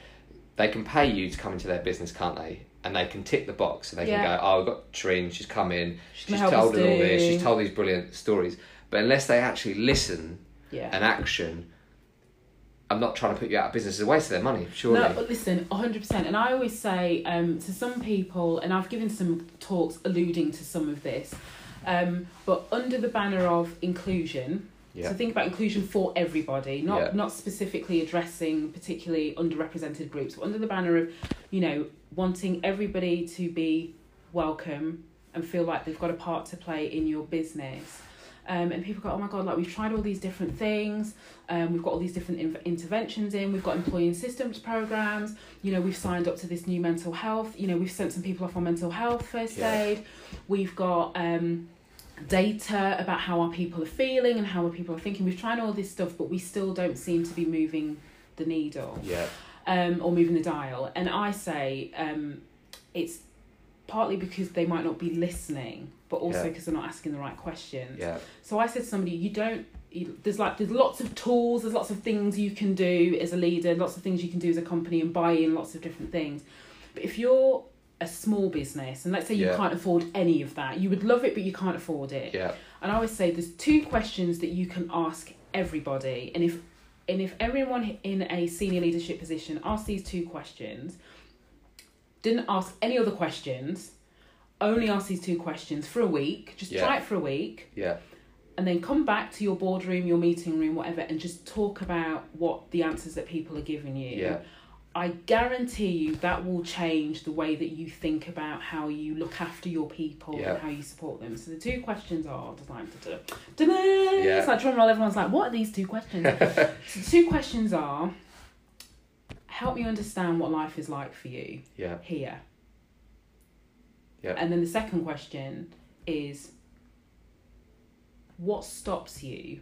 they can pay you to come into their business, can't they? And they can tick the box and they Yeah. can go, oh, I've got Trine, she's come in, gonna she's help told us us all this, do." she's told these brilliant stories. But unless they actually listen Yeah. an action, I'm not trying to put you out of business. It's a waste of their money, surely. No, but listen, 100%. And I always say um, to some people, and I've given some talks alluding to some of this, um, but under the banner of inclusion, Yeah. so think about inclusion for everybody, not, Yeah. not specifically addressing particularly underrepresented groups, but under the banner of, you know, wanting everybody to be welcome and feel like they've got a part to play in your business. Um, and people go, oh my God, like we've tried all these different things. Um, we've got all these different in- interventions in. We've got employee and systems programs. You know, we've signed up to this new mental health. You know, we've sent some people off on mental health first Yeah. aid. We've got um, data about how our people are feeling and how our people are thinking. We've tried all this stuff, but we still don't seem to be moving the needle Yeah. um, or moving the dial. And I say um, it's partly because they might not be listening, but also Yeah. because they're not asking the right questions. Yeah. So I said to somebody, you don't. You, there's like there's lots of tools, there's lots of things you can do as a leader, lots of things you can do as a company, and buy in lots of different things. But if you're a small business, and let's say Yeah. you can't afford any of that, you would love it, but you can't afford it. Yeah. And I always say there's two questions that you can ask everybody. And if and if everyone in a senior leadership position asks these two questions, didn't ask any other questions, only ask these two questions for a week, just Yeah. try it for a week, Yeah. and then come back to your boardroom, your meeting room, whatever, and just talk about what the answers that people are giving you. Yeah. I guarantee you that will change the way that you think about how you look after your people Yeah. and how you support them. So the two questions are design. Da, da, da, da. Yeah. It's like drum roll. Everyone's like, "What are these two questions?" so the two questions are: Help me understand what life is like for you Yeah. here. Yeah. And then the second question is what stops you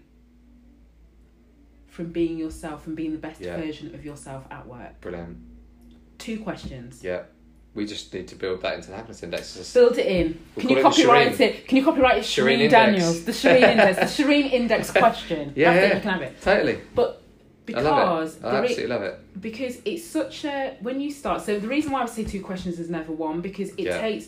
from being yourself and being the best Yeah. version of yourself at work? Brilliant. Two questions. Yeah. We just need to build that into the happiness index. It's just- Build it in. We'll Can you call it the copyright Shireen. it? Can you copyright it? Shireen Shireen, Index. Daniels. The Shireen Index. The Shireen Index question. Yeah, That's yeah. it. You can have it. Totally. I Because love it. the I re- absolutely love it. because it's such a when you start so the reason why i would say two questions is never one because it Yeah. takes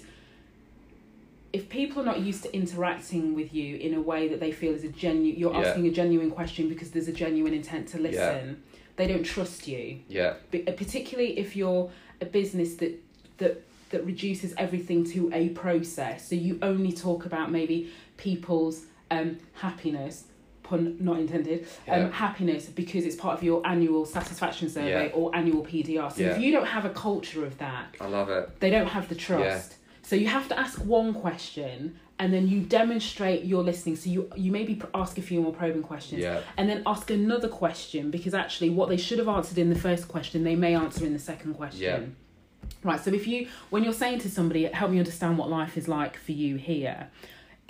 if people are not used to interacting with you in a way that they feel is a genuine you're Yeah. asking a genuine question because there's a genuine intent to listen they don't trust you Yeah. But- uh, particularly if you're a business that that that reduces everything to a process so you only talk about maybe people's um happiness pun not intended um, Yeah. happiness because it's part of your annual satisfaction survey Yeah. or annual PDR. So Yeah. if you don't have a culture of that, I love it. they don't have the trust. So you have to ask one question and then you demonstrate you're listening. So you you maybe pr- ask a few more probing questions Yeah. and then ask another question because actually what they should have answered in the first question they may answer in the second question. Yeah. Right, so if you when you're saying to somebody help me understand what life is like for you here,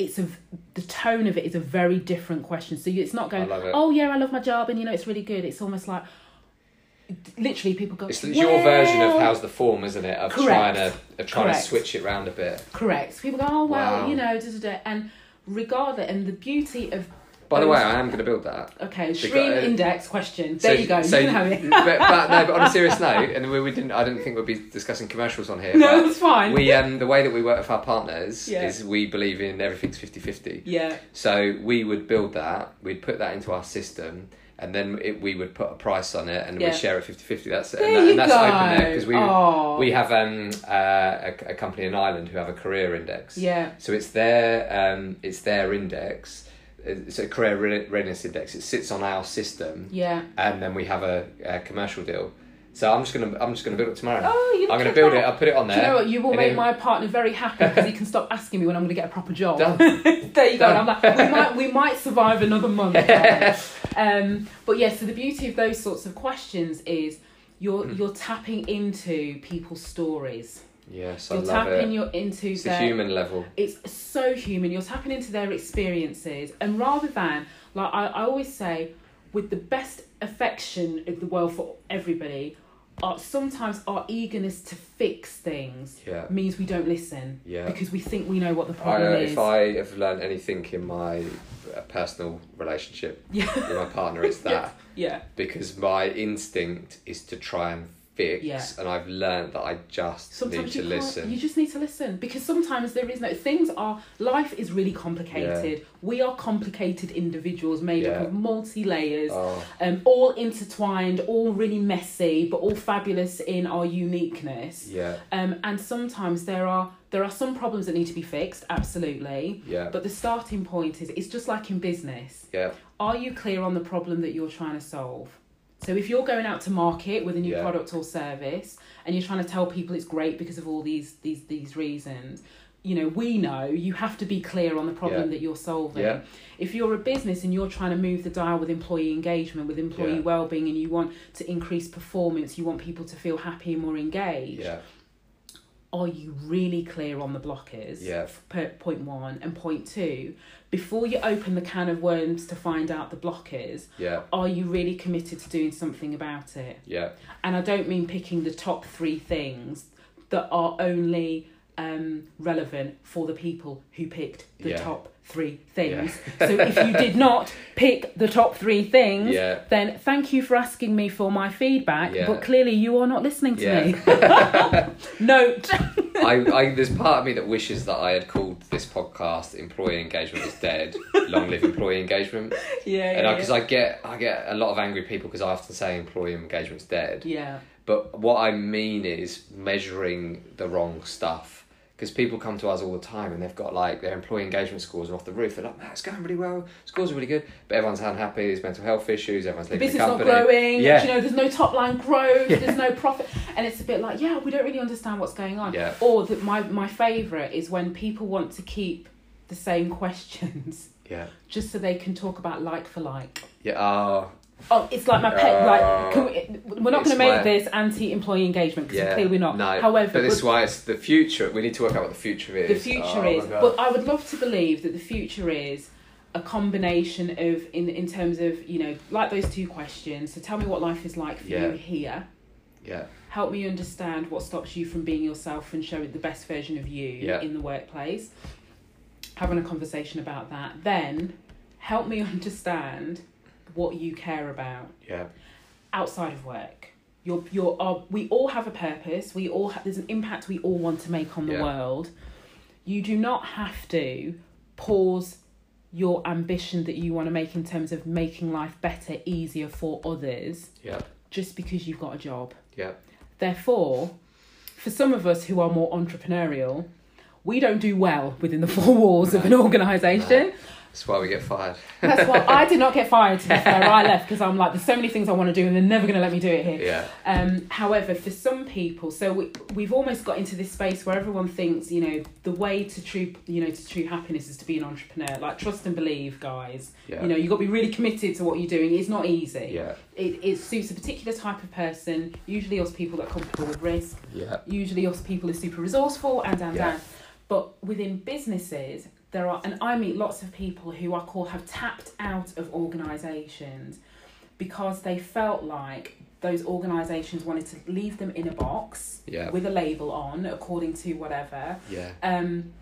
it's a v- the tone of it is a very different question. So you, it's not going, love it. "Oh yeah, I love my job and you know it's really good." It's almost like literally people go, It's your version of "Well, how's the form, isn't it? Of Correct. trying to of trying Correct. to switch it round a bit. Correct. People go, oh well, Wow. you know, da, da, da. and regardless, and the beauty of By the those- way, I am going to build that. okay, They got Shreem it. index question. There you go. you can have it. but, but no, but on a serious note, and we, we didn't. I didn't think we'd be discussing commercials on here. No, but it's fine. We um the way that we work with our partners Yeah. is we believe in everything's 50-50. yeah, So we would build that, we'd put that into our system, and then it, we would put a price on it, and Yeah. we'd share it 50-50. That's it. there and, that, you and that's go. open there because we oh, we have um uh, a, a company in Ireland who have a career index. yeah, So it's their um, it's their index. It's a career re- readiness index. It sits on our system, yeah. and then we have a, a commercial deal. So I'm just gonna I'm just gonna build it tomorrow. Oh, you I'm gonna look at build that. it. I'll put it on Do there. you know what? You will and make then- my partner very happy because he can stop asking me when I'm going to get a proper job. Done. there you go. And I'm Done. like, we might, we might survive another month. darling. um, but yeah, so the beauty of those sorts of questions is you're Hmm. you're tapping into people's stories. Yes, I You're love tapping it. your into It's the their human level. it's so human. You're tapping into their experiences, and rather than like I, I always say, with the best affection of the world for everybody, our, sometimes our eagerness to fix things Yeah. means we don't listen Yeah. because we think we know what the I, problem uh, is. if I have learned anything in my uh, personal relationship yeah, with my partner, it's that. Yeah. yeah, because my instinct is to try and fix, Yeah. and I've learned that I just need sometimes to you can't. listen. You just need to listen because sometimes there is no things are life is really complicated. We are complicated individuals made up Yeah. of multi layers. Oh, um, all intertwined, all really messy, but all fabulous in our uniqueness. yeah, Um, and sometimes there are there are some problems that need to be fixed, absolutely. yeah, But the starting point is it's just like in business. yeah, Are you clear on the problem that you're trying to solve? So if you're going out to market with a new Yeah. product or service and you're trying to tell people it's great because of all these these these reasons, you know we know you have to be clear on the problem Yeah. that you're solving Yeah. if you're a business and you're trying to move the dial with employee engagement with employee Yeah. well-being and you want to increase performance you want people to feel happy and more engaged Yeah. are you really clear on the block is Yeah. p- point one and point two before you open the can of worms to find out the block is Yeah. are you really committed to doing something about it Yeah. and I don't mean picking the top three things that are only um, relevant for the people who picked the Yeah. top three things. so if you did not pick the top three things, Yeah. then thank you for asking me for my feedback, Yeah. but clearly you are not listening to Yeah. me. Note. I, I there's part of me that wishes that I had called this podcast "Employee Engagement is Dead." Long live employee engagement. yeah. And because I, get I get a lot of angry people because I often say employee engagement's dead. yeah. But what I mean is measuring the wrong stuff. Because people come to us all the time and they've got like their employee engagement scores are off the roof. They're like, man, it's going really well. Scores are really good. But everyone's unhappy. There's mental health issues. Everyone's leaving the, business not company. growing. Yeah. You know, there's no top line growth. There's no profit, and it's a bit like, yeah, we don't really understand what's going on. Yeah. Or that my my favorite is when people want to keep the same questions yeah. just so they can talk about like for like. Yeah. Oh, Oh, it's like my pet. Uh, like, can we, we're not going to it's make why- this anti employee engagement because yeah. clearly we're not. No. However, but this is we're- why it's the future. We need to work out what the future is. the future Oh, my is. God. But I would love to believe that the future is a combination of in in terms of you know like those two questions. So tell me what life is like for Yeah. you here. yeah. help me understand what stops you from being yourself and showing the best version of you Yeah. in the workplace having a conversation about that then help me understand what you care about Yeah. outside of work you're, you're, our, we all have a purpose we all ha- there's an impact we all want to make on the Yeah. world you do not have to pause your ambition that you want to make in terms of making life better easier for others Yeah. just because you've got a job Yeah. Therefore, for some of us who are more entrepreneurial, we don't do well within the four walls of an organisation. That's why we get fired. That's why I did not get fired to be fair. I left because I'm like, there's so many things I want to do and they're never going to let me do it here. Yeah. Um, however, for some people, so we, we've almost got into this space where everyone thinks, you know, the way to true, you know, to true happiness is to be an entrepreneur. Like, trust and believe, guys. Yeah. You know, you've got to be really committed to what you're doing. It's not easy. Yeah. It, it suits a particular type of person, usually us people that are comfortable with risk Yeah. usually us people are super resourceful and and Yeah. and but within businesses there are and i meet lots of people who i call have tapped out of organizations because they felt like those organizations wanted to leave them in a box Yeah. with a label on according to whatever Yeah. um,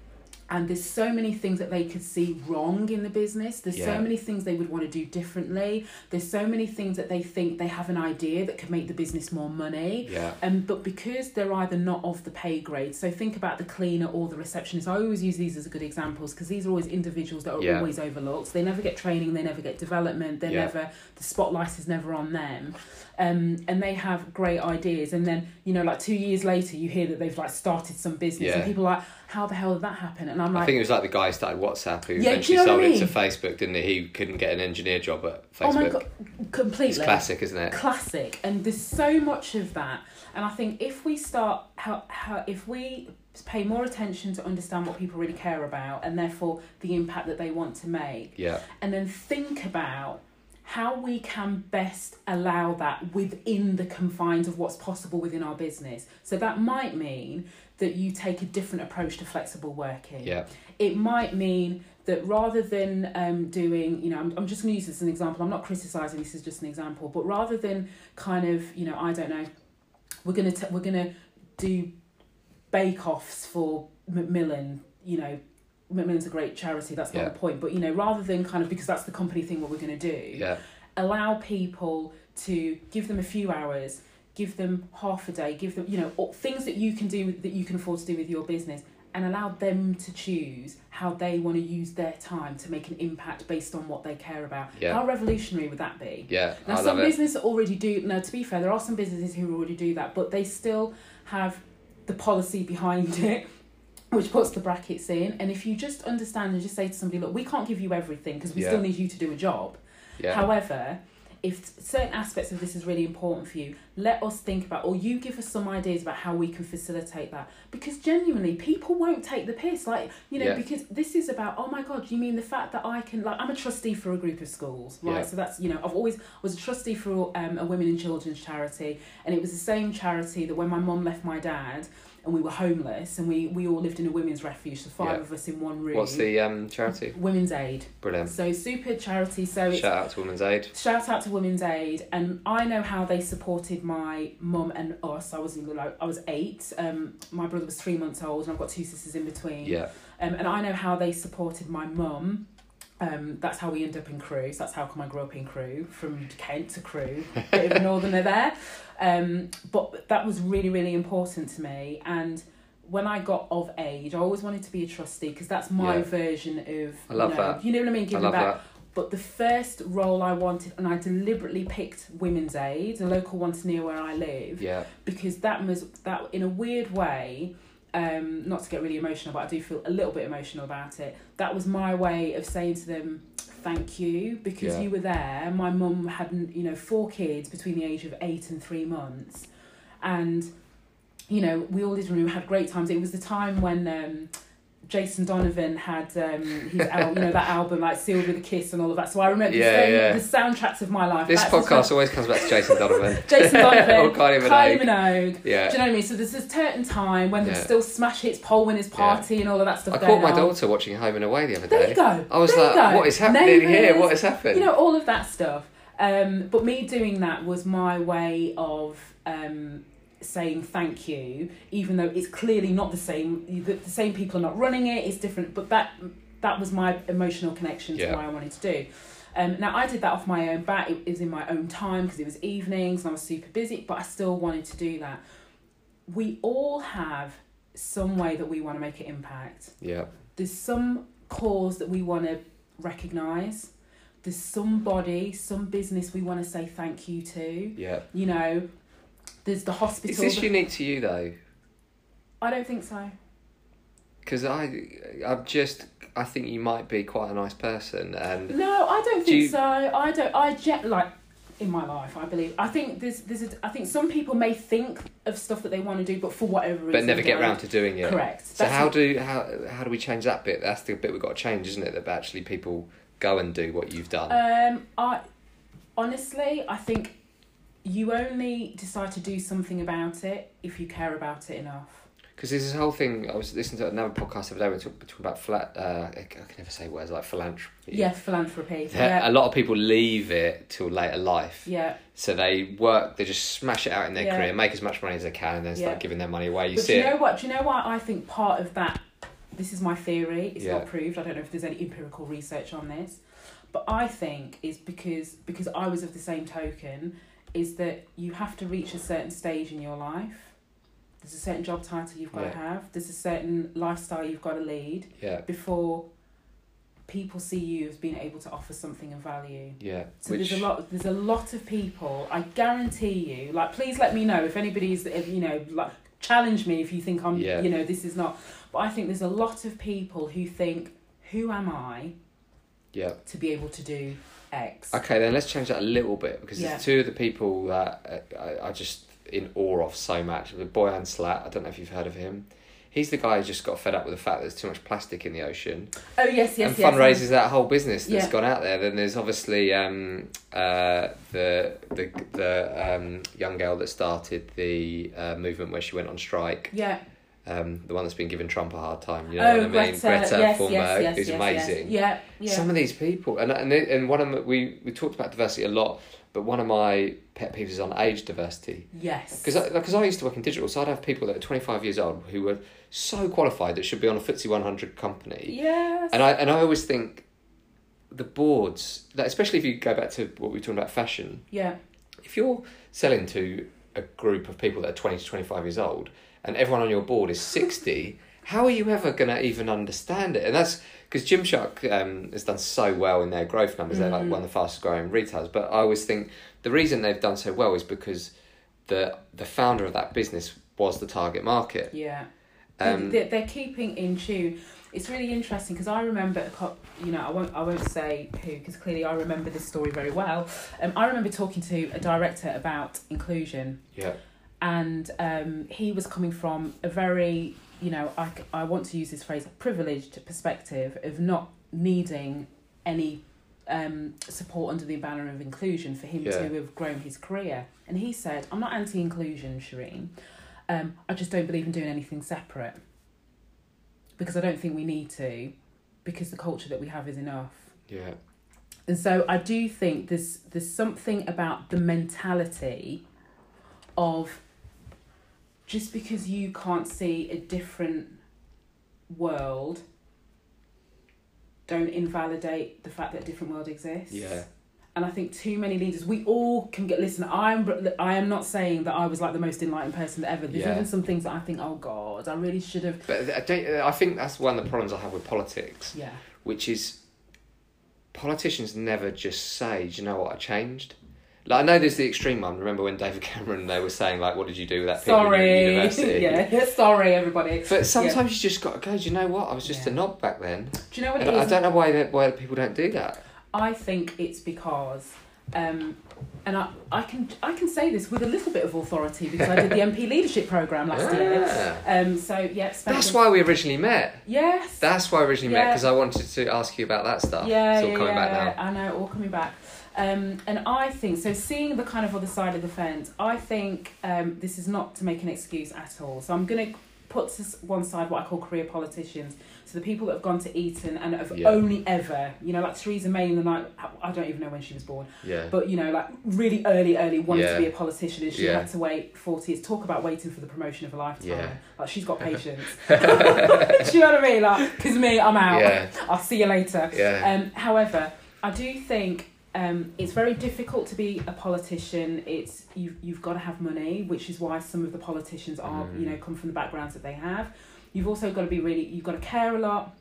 and there's so many things that they could see wrong in the business. There's so Yeah. many things they would want to do differently. There's so many things that they think they have an idea that could make the business more money. Yeah. Um, but because they're either not of the pay grade, so think about the cleaner or the receptionist. I always use these as good examples because these are always individuals that are Yeah. always overlooked. They never get training, they never get development, they Yeah. never the spotlight is never on them, um, and they have great ideas. And then you know, like two years later, you hear that they've like started some business, and Yeah. people are like, "How the hell did that happen?" And I'm I like, think it was like the guy who started WhatsApp who Yeah, do you eventually know what sold I it to mean? Facebook, didn't he? He couldn't get an engineer job at Facebook. "Oh my god, completely." It's classic, isn't it? classic and there's so much of that and i think if we start how, how if we pay more attention to understand what people really care about and therefore the impact that they want to make Yeah. and then think about how we can best allow that within the confines of what's possible within our business so that might mean that you take a different approach to flexible working Yeah. it might mean that rather than um, doing, you know, I'm, I'm just going to use this as an example. I'm not criticizing. This is just an example. But rather than kind of, you know, I don't know, we're gonna t- we're gonna do bake offs for Macmillan. You know, Macmillan's a great charity. That's not Yeah. the point. But you know, rather than kind of because that's the company thing. What we're gonna do Yeah. allow people to give them a few hours give them half a day give them you know all- things that you can do with- that you can afford to do with your business and allow them to choose how they want to use their time to make an impact based on what they care about Yeah. how revolutionary would that be Yeah. now I some love it. businesses already do now to be fair there are some businesses who already do that but they still have the policy behind it which puts the brackets in and if you just understand and just say to somebody look we can't give you everything because we Yeah. still need you to do a job Yeah. However, if certain aspects of this is really important for you, let us think about, or you give us some ideas about how we can facilitate that. Because genuinely, people won't take the piss. Like, you know, Yeah. because this is about, oh my God, you mean the fact that I can, like, I'm a trustee for a group of schools, right? Yeah. So that's, you know, I've always was a trustee for um, a women and children's charity. And it was the same charity that when my mum left my dad and we were homeless and we, we all lived in a women's refuge, so five Yeah. of us in one room. What's the um, charity? Women's Aid. Brilliant. So super charity. So it's Shout out to Women's Aid. shout out to Women's Aid, and I know how they supported my mum and us. I was like I was eight. Um, my brother was three months old, and I've got two sisters in between. Yeah, Um, and I know how they supported my mum. Um, that's how we end up in Crewe. So that's how come I grew up in Crewe, from Kent to Crewe, bit of a northerner there. Um, but that was really, really important to me. And when I got of age, I always wanted to be a trustee because that's my Yeah. version of I love you know, that. You know what I mean? I Giving love back. that. But the first role I wanted, and I deliberately picked Women's Aid, a local one to near where I live, Yeah, because that was that in a weird way. Um, not to get really emotional, but I do feel a little bit emotional about it. That was my way of saying to them, "Thank you, because Yeah. you were there." My mum had, you know, four kids between the age of eight and three months, and you know, we all lived in a room, had great times. It was the time when um, Jason Donovan had um, his al- you know that album like sealed with a kiss and all of that. So I remember Yeah, the, yeah. the soundtracks of my life. this That's the podcast always comes back to Jason Donovan. stuff- Jason or Donovan, Kylie Minogue. Kylie Minogue. Do you Yeah, know what I mean? So there's this certain time when there's Yeah. still smash hits, poll winners party, and all of that stuff. I going caught my on. daughter watching Home and Away the other There day. you go. I was There you like, go. what is happening here? Neighbours. What has happened? You know, all of that stuff. Um, but me doing that was my way of um, saying thank you, even though it's clearly not the same. The, the same people are not running it. It's different. But that that was my emotional connection to Yeah. why I wanted to do. Um, now I did that off my own bat. It was in my own time because it was evenings and I was super busy. But I still wanted to do that. We all have some way that we want to make an impact yeah, there's some cause that we want to recognize there's somebody some business we want to say thank you to yeah. you know there's the hospital Is this that- unique to you though? i don't think so Because I, I'm just, I think you might be quite a nice person, and no i don't think you- so i don't i jet like in my life i believe i think there's there's a, i think some people may think of stuff that they want to do but for whatever reason but never get don't. round to doing it. correct So That's how what- do how how do we change that bit? That's the bit we've got to change, isn't it? That actually people go and do what you've done. Um, I honestly, I think you only decide to do something about it if you care about it enough. Because there's this whole thing. I was listening to another podcast the other day. We were talk- talking about flat. Uh, I can never say words like philanthropy. Yeah, philanthropy. That- Yeah, A lot of people leave it till later life. yeah. So they work, they just smash it out in their Yeah. career, make as much money as they can, and then start Yeah. giving their money away. You but see do you it. know what? Do you know why I think part of that? This is my theory. It's Yeah. not proved. I don't know if there's any empirical research on this, but I think is because because I was of the same token is that you have to reach a certain stage in your life. There's a certain job title you've got Yeah. to have. There's a certain lifestyle you've got to lead. Yeah. before people see you as being able to offer something of value. Yeah. So there's a lot. There's a lot of people. I guarantee you. Like, please let me know if anybody's. if, You know, like challenge me if you think I'm. Yeah. You know, this is not. But I think there's a lot of people who think, "Who am I Yeah. to be able to do X?" Okay, then let's change that a little bit because there's two of the people that uh, I, I just in awe of so much. The Boyan Slat, I don't know if you've heard of him. He's the guy who just got fed up with the fact that there's too much plastic in the ocean Oh yes, yes, and yes. fundraises that whole business that's Yeah. gone out there. Then there's obviously um, uh, the the the um, young girl that started the uh, movement where she went on strike. Yeah. Um, the one that's been giving Trump a hard time. You know oh, what I mean? Greta. yes, Thunberg, yes, yes, who's yes, amazing Yes. Yeah. Yeah. some of these people and and it- and one of my, we we talked about diversity a lot but one of my pet peeves is on age diversity yes. because I, 'cause I used to work in digital so I'd have people that are 25 years old who were so qualified that should be on a FTSE 100 company Yes. and I and I always think the boards like, especially if you go back to what we were talking about fashion Yeah. if you're selling to a group of people that are 20 to 25 years old and everyone on your board is 60 how are you ever going to even understand it and that's because gymshark um, has done so well in their growth numbers they're like one of the fastest growing retailers but i always think the reason they've done so well is because the the founder of that business was the target market Yeah. um, they're, they're keeping in tune. it's really interesting because I remember a cop. You know, I won't I won't say who because clearly I remember this story very well. Um, I remember talking to a director about inclusion, Yeah. and um, he was coming from a very you know I c- I want to use this phrase privileged perspective of not needing any um, support under the banner of inclusion for him Yeah. to have grown his career. And he said, "I'm not anti-inclusion, Shireen." um, I just don't believe in doing anything separate because I don't think we need to because the culture that we have is enough. Yeah. And so I do think there's there's something about the mentality of just because you can't see a different world, don't invalidate the fact that a different world exists Yeah. and I think too many leaders. We all can get. Listen, I'm. I am not saying that I was like the most enlightened person ever. There's Yeah. even some things that I think, oh God, I really should have. But I, don't, uh, I think that's one of the problems I have with politics, Yeah, which is politicians never just say, "Do you know what I changed?" Like I know there's the extreme one. Remember when David Cameron they were saying like, "What did you do with that pig when you were at sorry. university?" yeah, sorry, everybody. But sometimes you just got to go. Do you know what? I was just Yeah. a knob back then. Do you know what And it I is? don't know why that why people don't do that. I think it's because. Um, and I, I can I can say this with a little bit of authority because I did the MP leadership program last year. Yeah. Um, so yeah, spent That's a- why we originally met. Yes. That's why we originally met Yeah. because I wanted to ask you about that stuff. Yeah, it's all yeah, coming yeah. back now. I know, all coming back. Um, and I think so. Seeing the kind of other side of the fence, I think um, this is not to make an excuse at all. So I'm going to put to s- one side what I call career politicians. So the people that have gone to Eton and have Yeah. only ever, you know, like Theresa May in the night. I don't even know when she was born, Yeah. but you know, like really early, early wanted Yeah. to be a politician, and she Yeah. had to wait forty years. Talk about waiting for the promotion of a lifetime. Yeah. Like she's got patience. Do you know what I mean? Like, because me, I'm out. Yeah. I'll see you later. Yeah. Um, however, I do think um, it's very difficult to be a politician. It's you've you've got to have money, which is why some of the politicians are you Mm. know come from the backgrounds that they have. You've also got to be really you've got to care a lot.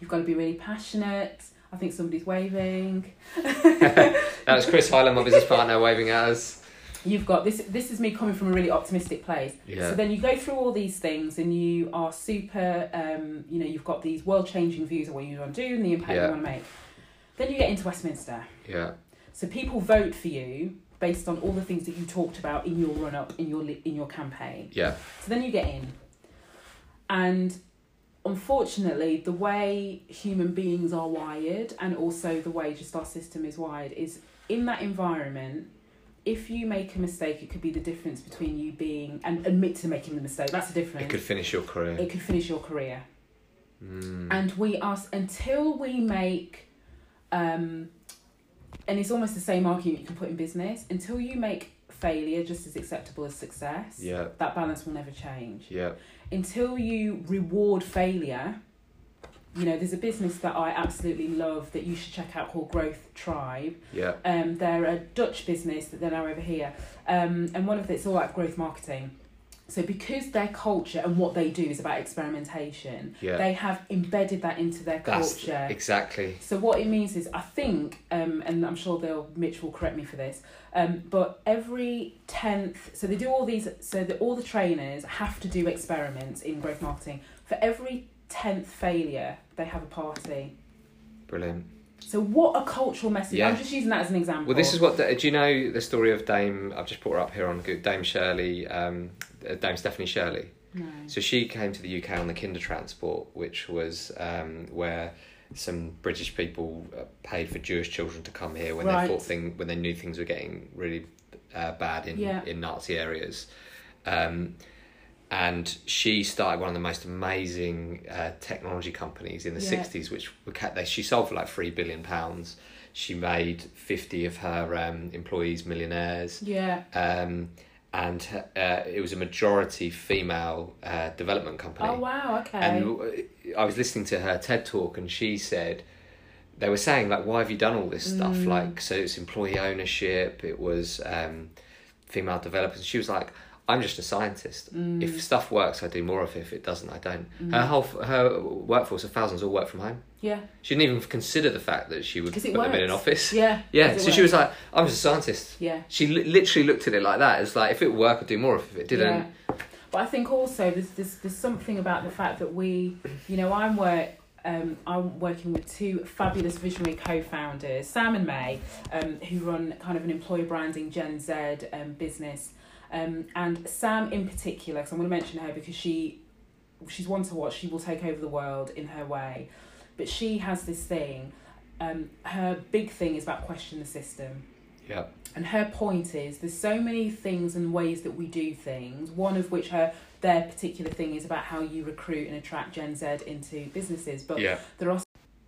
You've got to be really passionate. I think somebody's waving. that was Chris Hyland, my business partner, waving at us. You've got this. This is me coming from a really optimistic place. Yeah. So then you go through all these things and you are super, um, you know, you've got these world changing views of what you want to do and the impact Yeah. you want to make. Then you get into Westminster. Yeah. So people vote for you based on all the things that you talked about in your run up, in your, li- in your campaign. Yeah. So then you get in. And unfortunately, the way human beings are wired and also the way just our system is wired is in that environment. If you make a mistake, it could be the difference between you being and admit to making the mistake. That's the difference. It could finish your career. It could finish your career. Mm. And we are until we make, um, and it's almost the same argument you can put in business. Until you make failure just as acceptable as success, Yeah. that balance will never change Yeah. until you reward failure you know there's a business that i absolutely love that you should check out called growth tribe Yeah. um, they're a dutch business that they're now over here um, and one of it's all about growth marketing so because their culture and what they do is about experimentation Yeah. they have embedded that into their That's culture exactly. so what it means is, I think, um, and I'm sure they'll Mitch will correct me for this, um, but every tenth, so they do all these, so that all the trainers have to do experiments in growth marketing. For every tenth failure, they have a party. Brilliant. So what a cultural message! Yeah. I'm just using that as an example. Well, this is what. Do you know the story of Dame? I've just brought her up here on Good- Dame Shirley, um, uh, Dame Stephanie Shirley. No. So she came to the UK on the Kinder Transport, which was um, where some British people uh, paid for Jewish children to come here when they Right. thought thing when they knew things were getting really uh, bad in Yeah. in Nazi areas. Um, and she started one of the most amazing uh, technology companies in the Yeah. 60s which were ca- they, she sold for like 3 billion pounds she made 50 of her um, employees millionaires Yeah. um, and uh, it was a majority female uh, development company. Oh wow. Okay. And w- I was listening to her TED talk, and she said they were saying like, "Why have you done all this stuff?" Mm. Like, so it's employee ownership. It was um, female developers. She was like. I'm just a scientist. Mm. If stuff works, I do more of it. If it doesn't, I don't. Her whole f- her workforce of thousands all work from home. yeah. She didn't even consider the fact that she would put Because it them in an works. office. Yeah. Yeah, Does it so she work? was like, I'm just a scientist. Yeah. She li- literally looked at it like that. It's like, if it worked, I'd do more. If it didn't, Yeah. But I think also there's, there's there's something about the fact that we, you know, I'm where um, I'm working with two fabulous visionary co-founders, Sam and May, um, who run kind of an employer branding Gen Z um, business. Um, and Sam in particular, because I'm going to mention her because she she's one to watch. She will take over the world in her way, but she has this thing. Um, her big thing is about question the system. Yeah. And her point is there's so many things and ways that we do things, one of which her their particular thing is about how you recruit and attract Gen Z into businesses. But Yeah. there are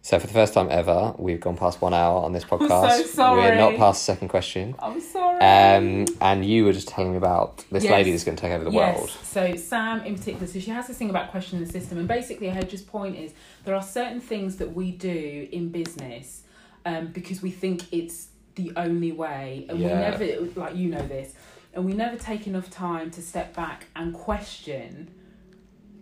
So for the first time ever, we've gone past one hour on this podcast. We're sorry. not past the second question. I'm sorry. Um, and you were just telling me about this Yes. lady that's going to take over the world. So Sam in particular, so she has this thing about questioning the system, and basically her just point is there are certain things that we do in business um, because we think it's the only way, and Yeah. we never like you know this, and we never take enough time to step back and question.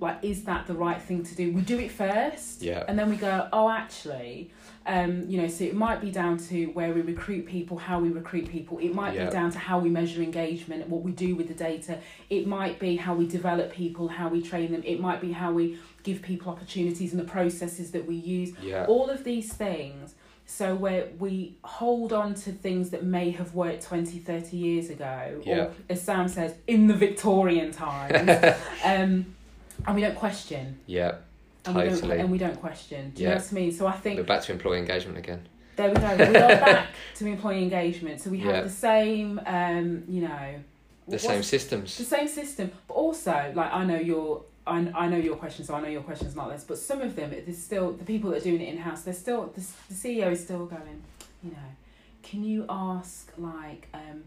Like, is that the right thing to do? We do it first, Yeah. and then we go, oh, actually, um, you know, so it might be down to where we recruit people, how we recruit people. It might Yeah. be down to how we measure engagement, what we do with the data. It might be how we develop people, how we train them. It might be how we give people opportunities and the processes that we use. Yeah. All of these things. So where we hold on to things that may have worked 20, 30 years ago, Yeah. or as Sam says, in the Victorian times, um, and we don't question. Yeah. And we Totally. don't, and we don't question. Do you Yeah. know what I mean? So I think We're back to employee engagement again. there we go. We are back to employee engagement. So we have Yeah. the same, um, you know, The what's- same systems. the same system, but also like I know your. I, I know your question, so I know your question's not this, but some of them, there's still the people that are doing it in house. They're still the, s- the CEO is still going. You know, can you ask like um,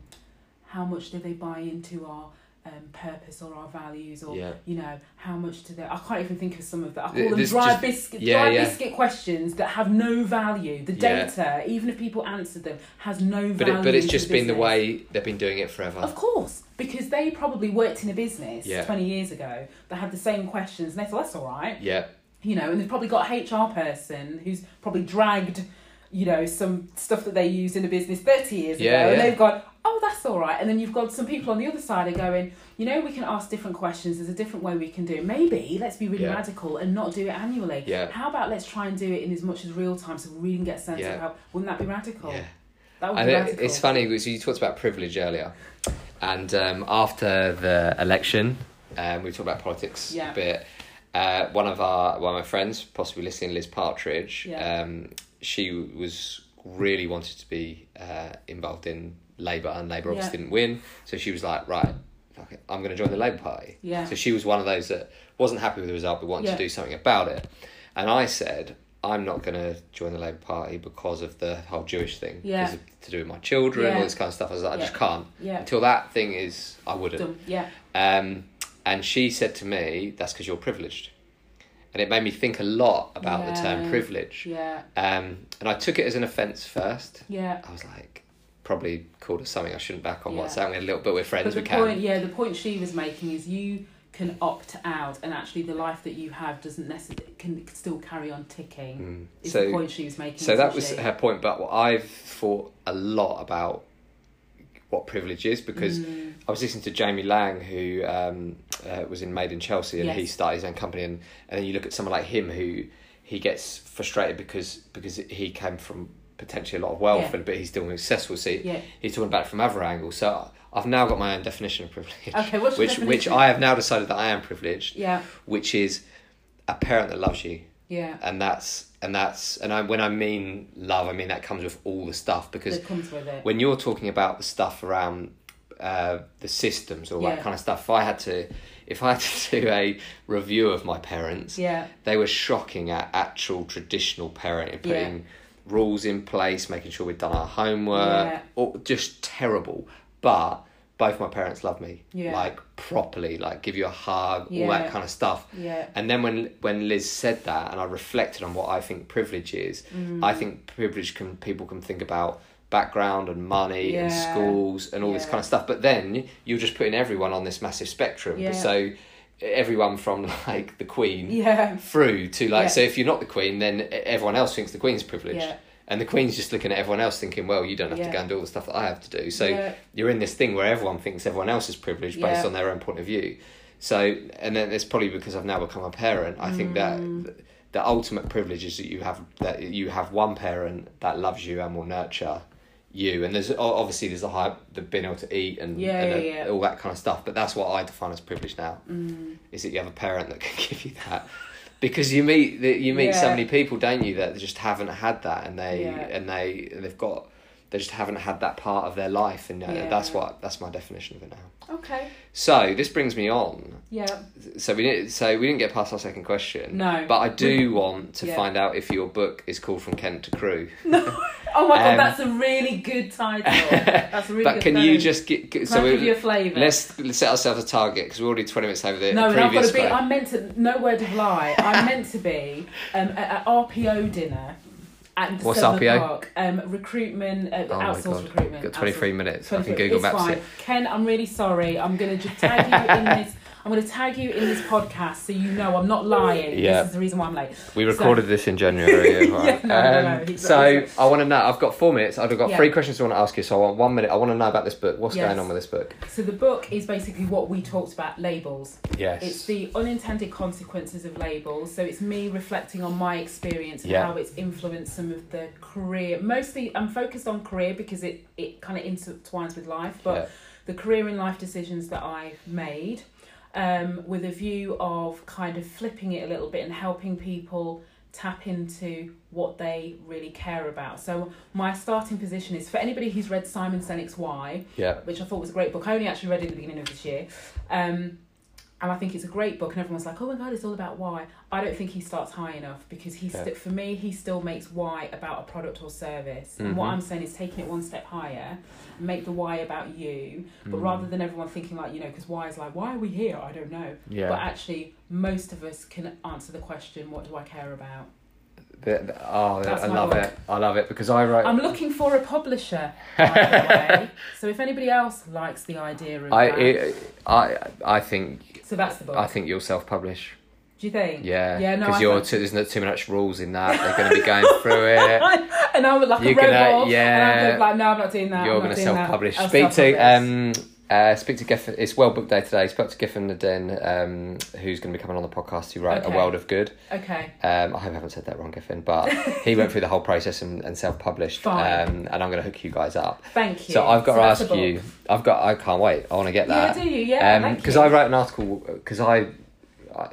how much do they buy into our um, purpose or our values or Yeah. you know how much do they? I can't even think of some of that. I Th- call them this dry just- biscuit yeah, dry yeah. biscuit questions that have no value. The Yeah. data, even if people answered them, has no But value. it, but it's to just been the business. way they've been doing it forever. Of course, because they probably worked in a business Yeah. 20 years ago that had the same questions, and they thought, that's all right. Yeah. You know, and they've probably got a HR person who's probably dragged, you know, some stuff that they used in a business 30 years Yeah, ago, yeah. and they've gone, oh, that's all right. And then you've got some people on the other side are going, you know, we can ask different questions. There's a different way we can do it. Maybe let's be really Yeah. radical and not do it annually. Yeah. How about let's try and do it in as much as real time so we really can get a sense Yeah. of how, wouldn't that be radical? Yeah. That would And be it, radical. it's funny because you talked about privilege earlier, and um, after the election, um, we talked about politics Yeah. a bit. Uh, one of our one of my friends, possibly listening, Liz Partridge. Yeah. Um, she was really wanted to be uh, involved in Labour, and Labour obviously Yeah. didn't win. So she was like, right, fuck it, I'm going to join the Labour Party. Yeah. So she was one of those that wasn't happy with the result, but wanted Yeah. to do something about it. And I said, I'm not going to join the Labour Party because of the whole Jewish thing. Yeah. 'Cause of- to do with my children, Yeah. all this kind of stuff. I was like, I just Yeah. can't. Yeah. Until that thing is, I wouldn't. Done. Yeah. Um, and she said to me, that's because you're privileged. And it made me think a lot about the term Yeah. privilege. Yeah. Um, and I took it as an offence first. Yeah. I was like, probably called her something I shouldn't back on Yeah. WhatsApp. We had a little bit, we're friends, but we the can. point, yeah, the point she was making is you can opt out, and actually the life that you have doesn't necessarily can still carry on ticking. Is Mm. So- the point she was making. So that was essentially. her point, but what I've thought a lot about what privilege is because Mm. I was listening to Jamie Lang, who um, uh, was in Made in Chelsea, and he Yes. started his own company, and, and then you look at someone like him who he gets frustrated because because he came from potentially a lot of wealth, Yeah. and but he's still successful. So Yeah. he's talking about it from other angles. So I've now got my own definition of privilege, Okay, what's your which which definition? I have now decided that I am privileged, Yeah. which is a parent that loves you Yeah. and that's and that's and I when I mean love, I mean that comes with all the stuff because That comes with it. when you're talking about the stuff around uh, the systems or that Yeah. kind of stuff, if I had to if I had to do a review of my parents, Yeah. they were shocking at actual traditional parenting, Yeah. putting rules in place, making sure we'd done our homework, Yeah. or just terrible. But both my parents love me, Yeah. like properly, like give you a hug, all Yeah. that kind of stuff. Yeah. And then when when Liz said that, and I reflected on what I think privilege is, Mm. I think privilege can people can think about background and money and Yeah. schools and all this Yeah. kind of stuff. But then you're just putting everyone on this massive spectrum. Yeah. So everyone from like the Queen Yeah. through to like Yeah. so if you're not the Queen, then e- everyone else thinks the Queen's privileged. Yeah. And the Queen's just looking at everyone else thinking, well, you don't have to Yeah. go and do all the stuff that I have to do. So Yeah. you're in this thing where everyone thinks everyone else is privileged based Yeah. on Mm. their own point of view. So, and then it's probably because I've now become a parent. I think that the ultimate privilege is that you have that you have one parent that loves you and will nurture you. And there's o- obviously there's the high the being able to eat and, Yeah, and yeah, uh, yeah. all that kind of stuff. But that's what I define as privilege now. mm. Is that you have a parent that can give you that. Because you meet that you meet so Yeah. many people, don't you, that just haven't had that, and they Yeah. and they they've got they just haven't had that part of their life, and uh, Yeah. that's what that's my definition of it now. Okay. So this brings me on Yeah. so we didn't. So we didn't get past our second question. No. But I do want to Yeah. find out if your book is called From Kent to Crew. Oh my god, Um, that's a really good title. That's a really but good can that you is- just get? get- Can so I give we- you a flavour? let's, let's set ourselves a target because we're already twenty minutes over the No, and I've got previous. to be. one. I'm meant to. No word of lie. I'm meant to be um, at, at RPO dinner. At What's seven RPO? O'clock, um, recruitment, uh, Oh my outsourced God. recruitment. Got 23 outsourced- minutes. I can 23. Google it's Maps fine. it. Ken, I'm really sorry. I'm going to just tag you in this. I'm going to tag you in this podcast so you know I'm not lying. Yeah. This is the reason why I'm late. we recorded this in January. Yeah, right. no, no, no, Um, he's- so I want to know. I've got four minutes. I've got Yeah. three questions I want to ask you. So I want one minute. I want to know about this book. What's Yes. going on with this book? So the book is basically what we talked about labels. Yes. It's the unintended consequences of labels. So it's me reflecting on my experience and Yeah. how it's influenced some of the career. Mostly, I'm focused on career because it, it kind of intertwines with life, but Yeah. the career and life decisions that I've made um, with a view of kind of flipping it a little bit and helping people tap into what they really care about. So my starting position is for anybody who's read Simon Sinek's Why, yeah. which I thought was a great book. I only actually read it at the beginning of this year. Um, and I think it's a great book, and everyone's like, "Oh my god, it's all about why." I don't think he starts high enough because he, Yeah. st- for me, he still makes why about a product or service. And what Mhm. I'm saying is taking it one step higher, make the why about you, Mm. but rather than everyone thinking like, you know, because why is like, why are we here? I don't know. Yeah. But actually, most of us can answer the question, "What do I care about?" The- the- oh, That's I my love book. it. I love it because I wrote. I'm looking for a publisher, by the way. So if anybody else likes the idea of I, that, it, I, I think, so that's the book. I think you'll self-publish. Do you think? Yeah, Yeah, no, because I you're think- too, there's not too much rules in that. They're going to be going through it. and I'm like You're a gonna- robot. yeah. And I'm like, no, I'm not doing that. You're I'm going not to doing that. self-publish. I'll Speak to self-publish. um, uh, speak to Giffen. It's World Book Day today. Spoke to Giffen Naden, um, who's going to be coming on the podcast to write Okay. A World of Good. Okay. Um, I hope I haven't said that wrong, Giffen, but he went through the whole process and, and self-published. Um, Fine. and I'm going to hook you guys up. Thank you. So I've got to that's the ask book. you. I've got. I can't wait. I want to get Yeah, that. do you? Yeah, thank Because you. I wrote an article. Because I, I,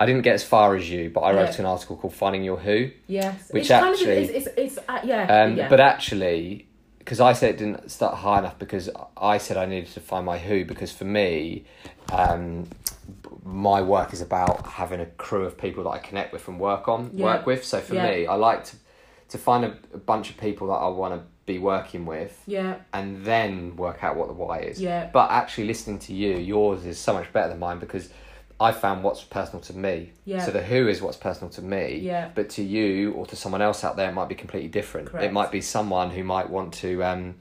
I didn't get as far as you, but I wrote Yeah. an article called "Finding Your Who." Yes. Which it's kind of- actually- it's, it's, it's, uh, yeah. Um, yeah. But actually, because I said it didn't start high enough, because I said I needed to find my who, because for me, um, b- my work is about having a crew of people that I connect with and work on, Yeah. work with. So for Yeah. me, I like to, to find a, a bunch of people that I want to be working with yeah. and then work out what the why is. Yeah. But actually, listening to you, yours is so much better than mine because I found what's personal to me. Yeah. So the who is what's personal to me. Yeah. But to you or to someone else out there, it might be completely different. It Correct. might be someone who might want to. Um,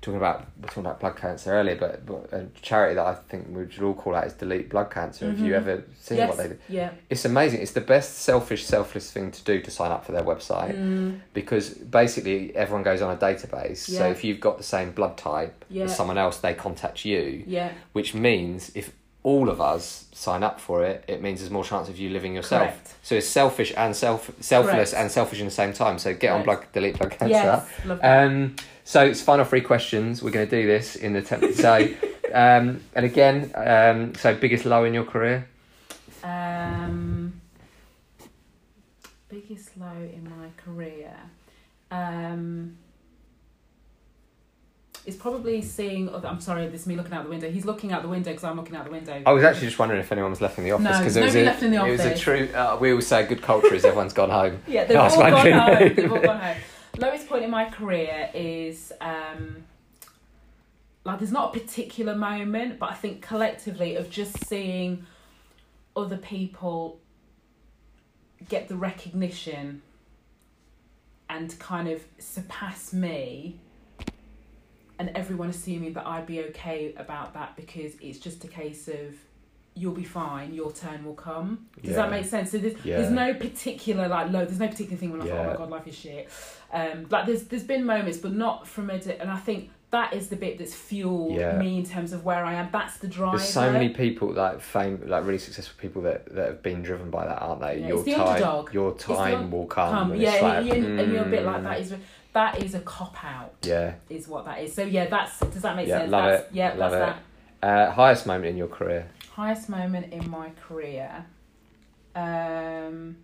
Talking about we we're talking about blood cancer earlier, but, but a charity that I think we should all call out is Delete Blood Cancer. Have you ever seen Mm-hmm. Yes. what they do? Yeah. It's amazing. It's the best selfish, selfless thing to do to sign up for their Mm. website because basically everyone goes on a database. So Yeah. if you've got the same blood type Yeah. as someone else, they contact you, Yeah. which means if all of us sign up for it, it means there's more chance of you living yourself. Correct. So it's selfish and self selfless Correct. and selfish in the same time. So get on blood Correct. delete blood cancer. Yes. Love that. Um, so it's final three questions. We're going to do this in the temp. so, um, and again, um, so biggest low in your career. Um, biggest low in my career um, is probably seeing. Other, I'm sorry, this is me looking out the window. He's looking out the window because I'm looking out the window. I was actually just wondering if anyone was left in the office No, because nobody was a, left in the it was a office. true. Uh, we always say good culture is everyone's gone home. Yeah, they've I all was gone wondering. home. They've all gone home. Lowest point in my career is um, like there's not a particular moment, but I think collectively of just seeing other people get the recognition and kind of surpass me and everyone assuming that I'd be okay about that because it's just a case of you'll be fine, your turn will come. Does that Yeah. make sense? So there's, Yeah. there's no particular like low. There's no particular thing when I thought, oh Yeah. my god, life is shit. Um, like there's there's been moments, but not from a. di- And I think that is the bit that's fueled Yeah. me in terms of where I am. That's the drive. There's so many people like fame, like really successful people that, that have been driven by that, aren't they? Yeah, your it's the time, underdog. your It's the time un- will come. and yeah, it's like, and, you- and you're a bit like mm, that is that is a cop out, Yeah, is what that is. So yeah, that's does that make Yeah, sense? love that's, it, Yeah, love that's it. uh, highest moment in your career. that. Highest moment in my career. Um,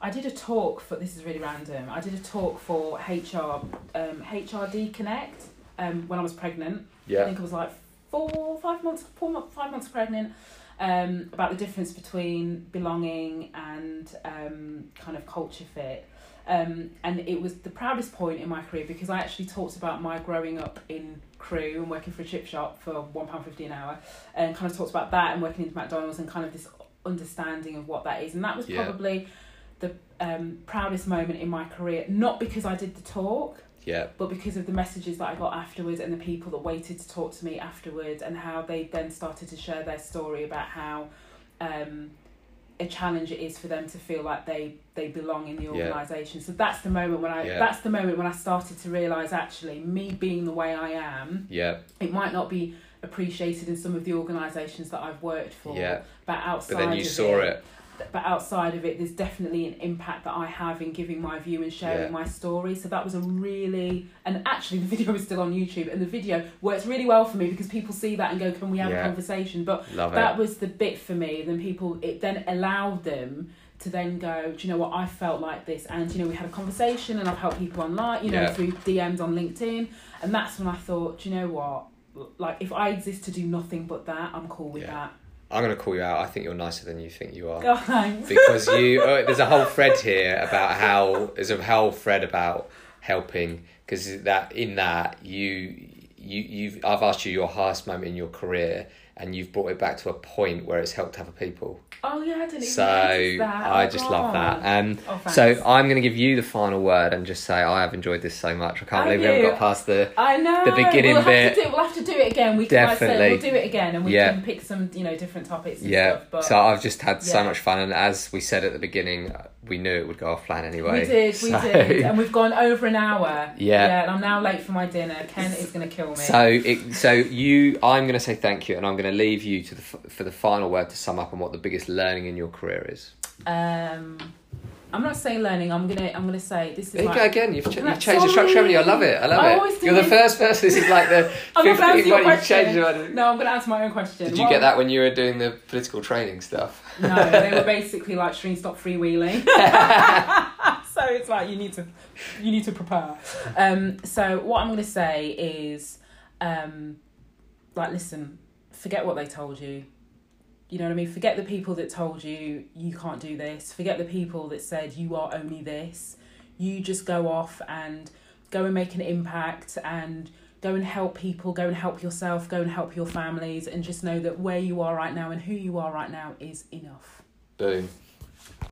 I did a talk for this is really random. I did a talk for HR um, HRD Connect um, when I was pregnant. I Yeah, think I was like four, five months, four, mo- five months pregnant. Um, about the difference between belonging and um, kind of culture fit. Um, and it was the proudest point in my career because I actually talked about my growing up in crew and working for a chip shop for £1.50 an hour and kind of talked about that and working into McDonald's and kind of this understanding of what that is. And that was Yeah. probably the um, proudest moment in my career, not because I did the talk, yeah, but because of the messages that I got afterwards and the people that waited to talk to me afterwards and how they then started to share their story about how um, a challenge it is for them to feel like they they belong in the Yeah. organisation. So that's the moment when I Yeah. that's the moment when I started to realise actually me being the way I am, yeah, it might not be appreciated in some of the organisations that I've worked for. yeah. But outside But then you of saw it. but outside of it, there's definitely an impact that I have in giving my view and sharing Yeah. my story. So that was a really, and actually, the video is still on YouTube, and the video works really well for me because people see that and go, "Can we have Yeah. Oh, a conversation?" But Love that it. was the bit for me. Then people, it then allowed them to then go, "Do you know what? I felt like this," and you know, we had a conversation, and I've helped people online, you know, Yeah. through DMs on LinkedIn, and that's when I thought, "Do you know what? Like, if I exist to do nothing but that, I'm cool with Yeah. that." I'm gonna call you out. I think you're nicer than you think you are. Oh, thanks. because you oh, there's a whole thread here about how there's a whole thread about helping because that in that you you you've I've asked you your highest moment in your career and you've brought it back to a point where it's helped other people Oh yeah, I didn't even so notice that. Oh, I just love God. that um Oh, thanks. so I'm gonna give you the final word and just say I have enjoyed this so much I can't Have believe we haven't you? got past the I know. the beginning we'll bit. Have to do, we'll have to do it again. We can, like I said, Definitely. we'll do it again, and we Yeah. can pick some, you know, different topics. And yeah Stuff, but so I've just had so Yeah. much fun and as we said at the beginning we knew it would go off plan anyway we did, we So- did, and we've gone over an hour. Yeah. Yeah, and I'm now late for my dinner. Ken is going to kill me. So, it, so you, I'm going to say thank you, and I'm going to leave you to the f- for the final word to sum up on what the biggest learning in your career is. um, I'm not saying learning. I'm gonna, I'm gonna say this There is. you go Like, again. You've, ch- you've I'm like, changed the structure, haven't you? I love it. I love I always it. do You're the this. first person. This is like the I'm not gonna answer fifteenth your one you've question. changed. your- no, I'm going to answer my own question. Did you What- get that when you were doing the political training stuff? No, they were basically like Shreen stop freewheeling. so it's like you need to you need to prepare. Um so what I'm gonna say is um like listen, forget what they told you. You know what I mean? Forget the people that told you you can't do this. Forget the people that said you are only this. You just go off and go and make an impact and go and help people, go and help yourself, go and help your families, and just know that where you are right now and who you are right now is enough. Boom.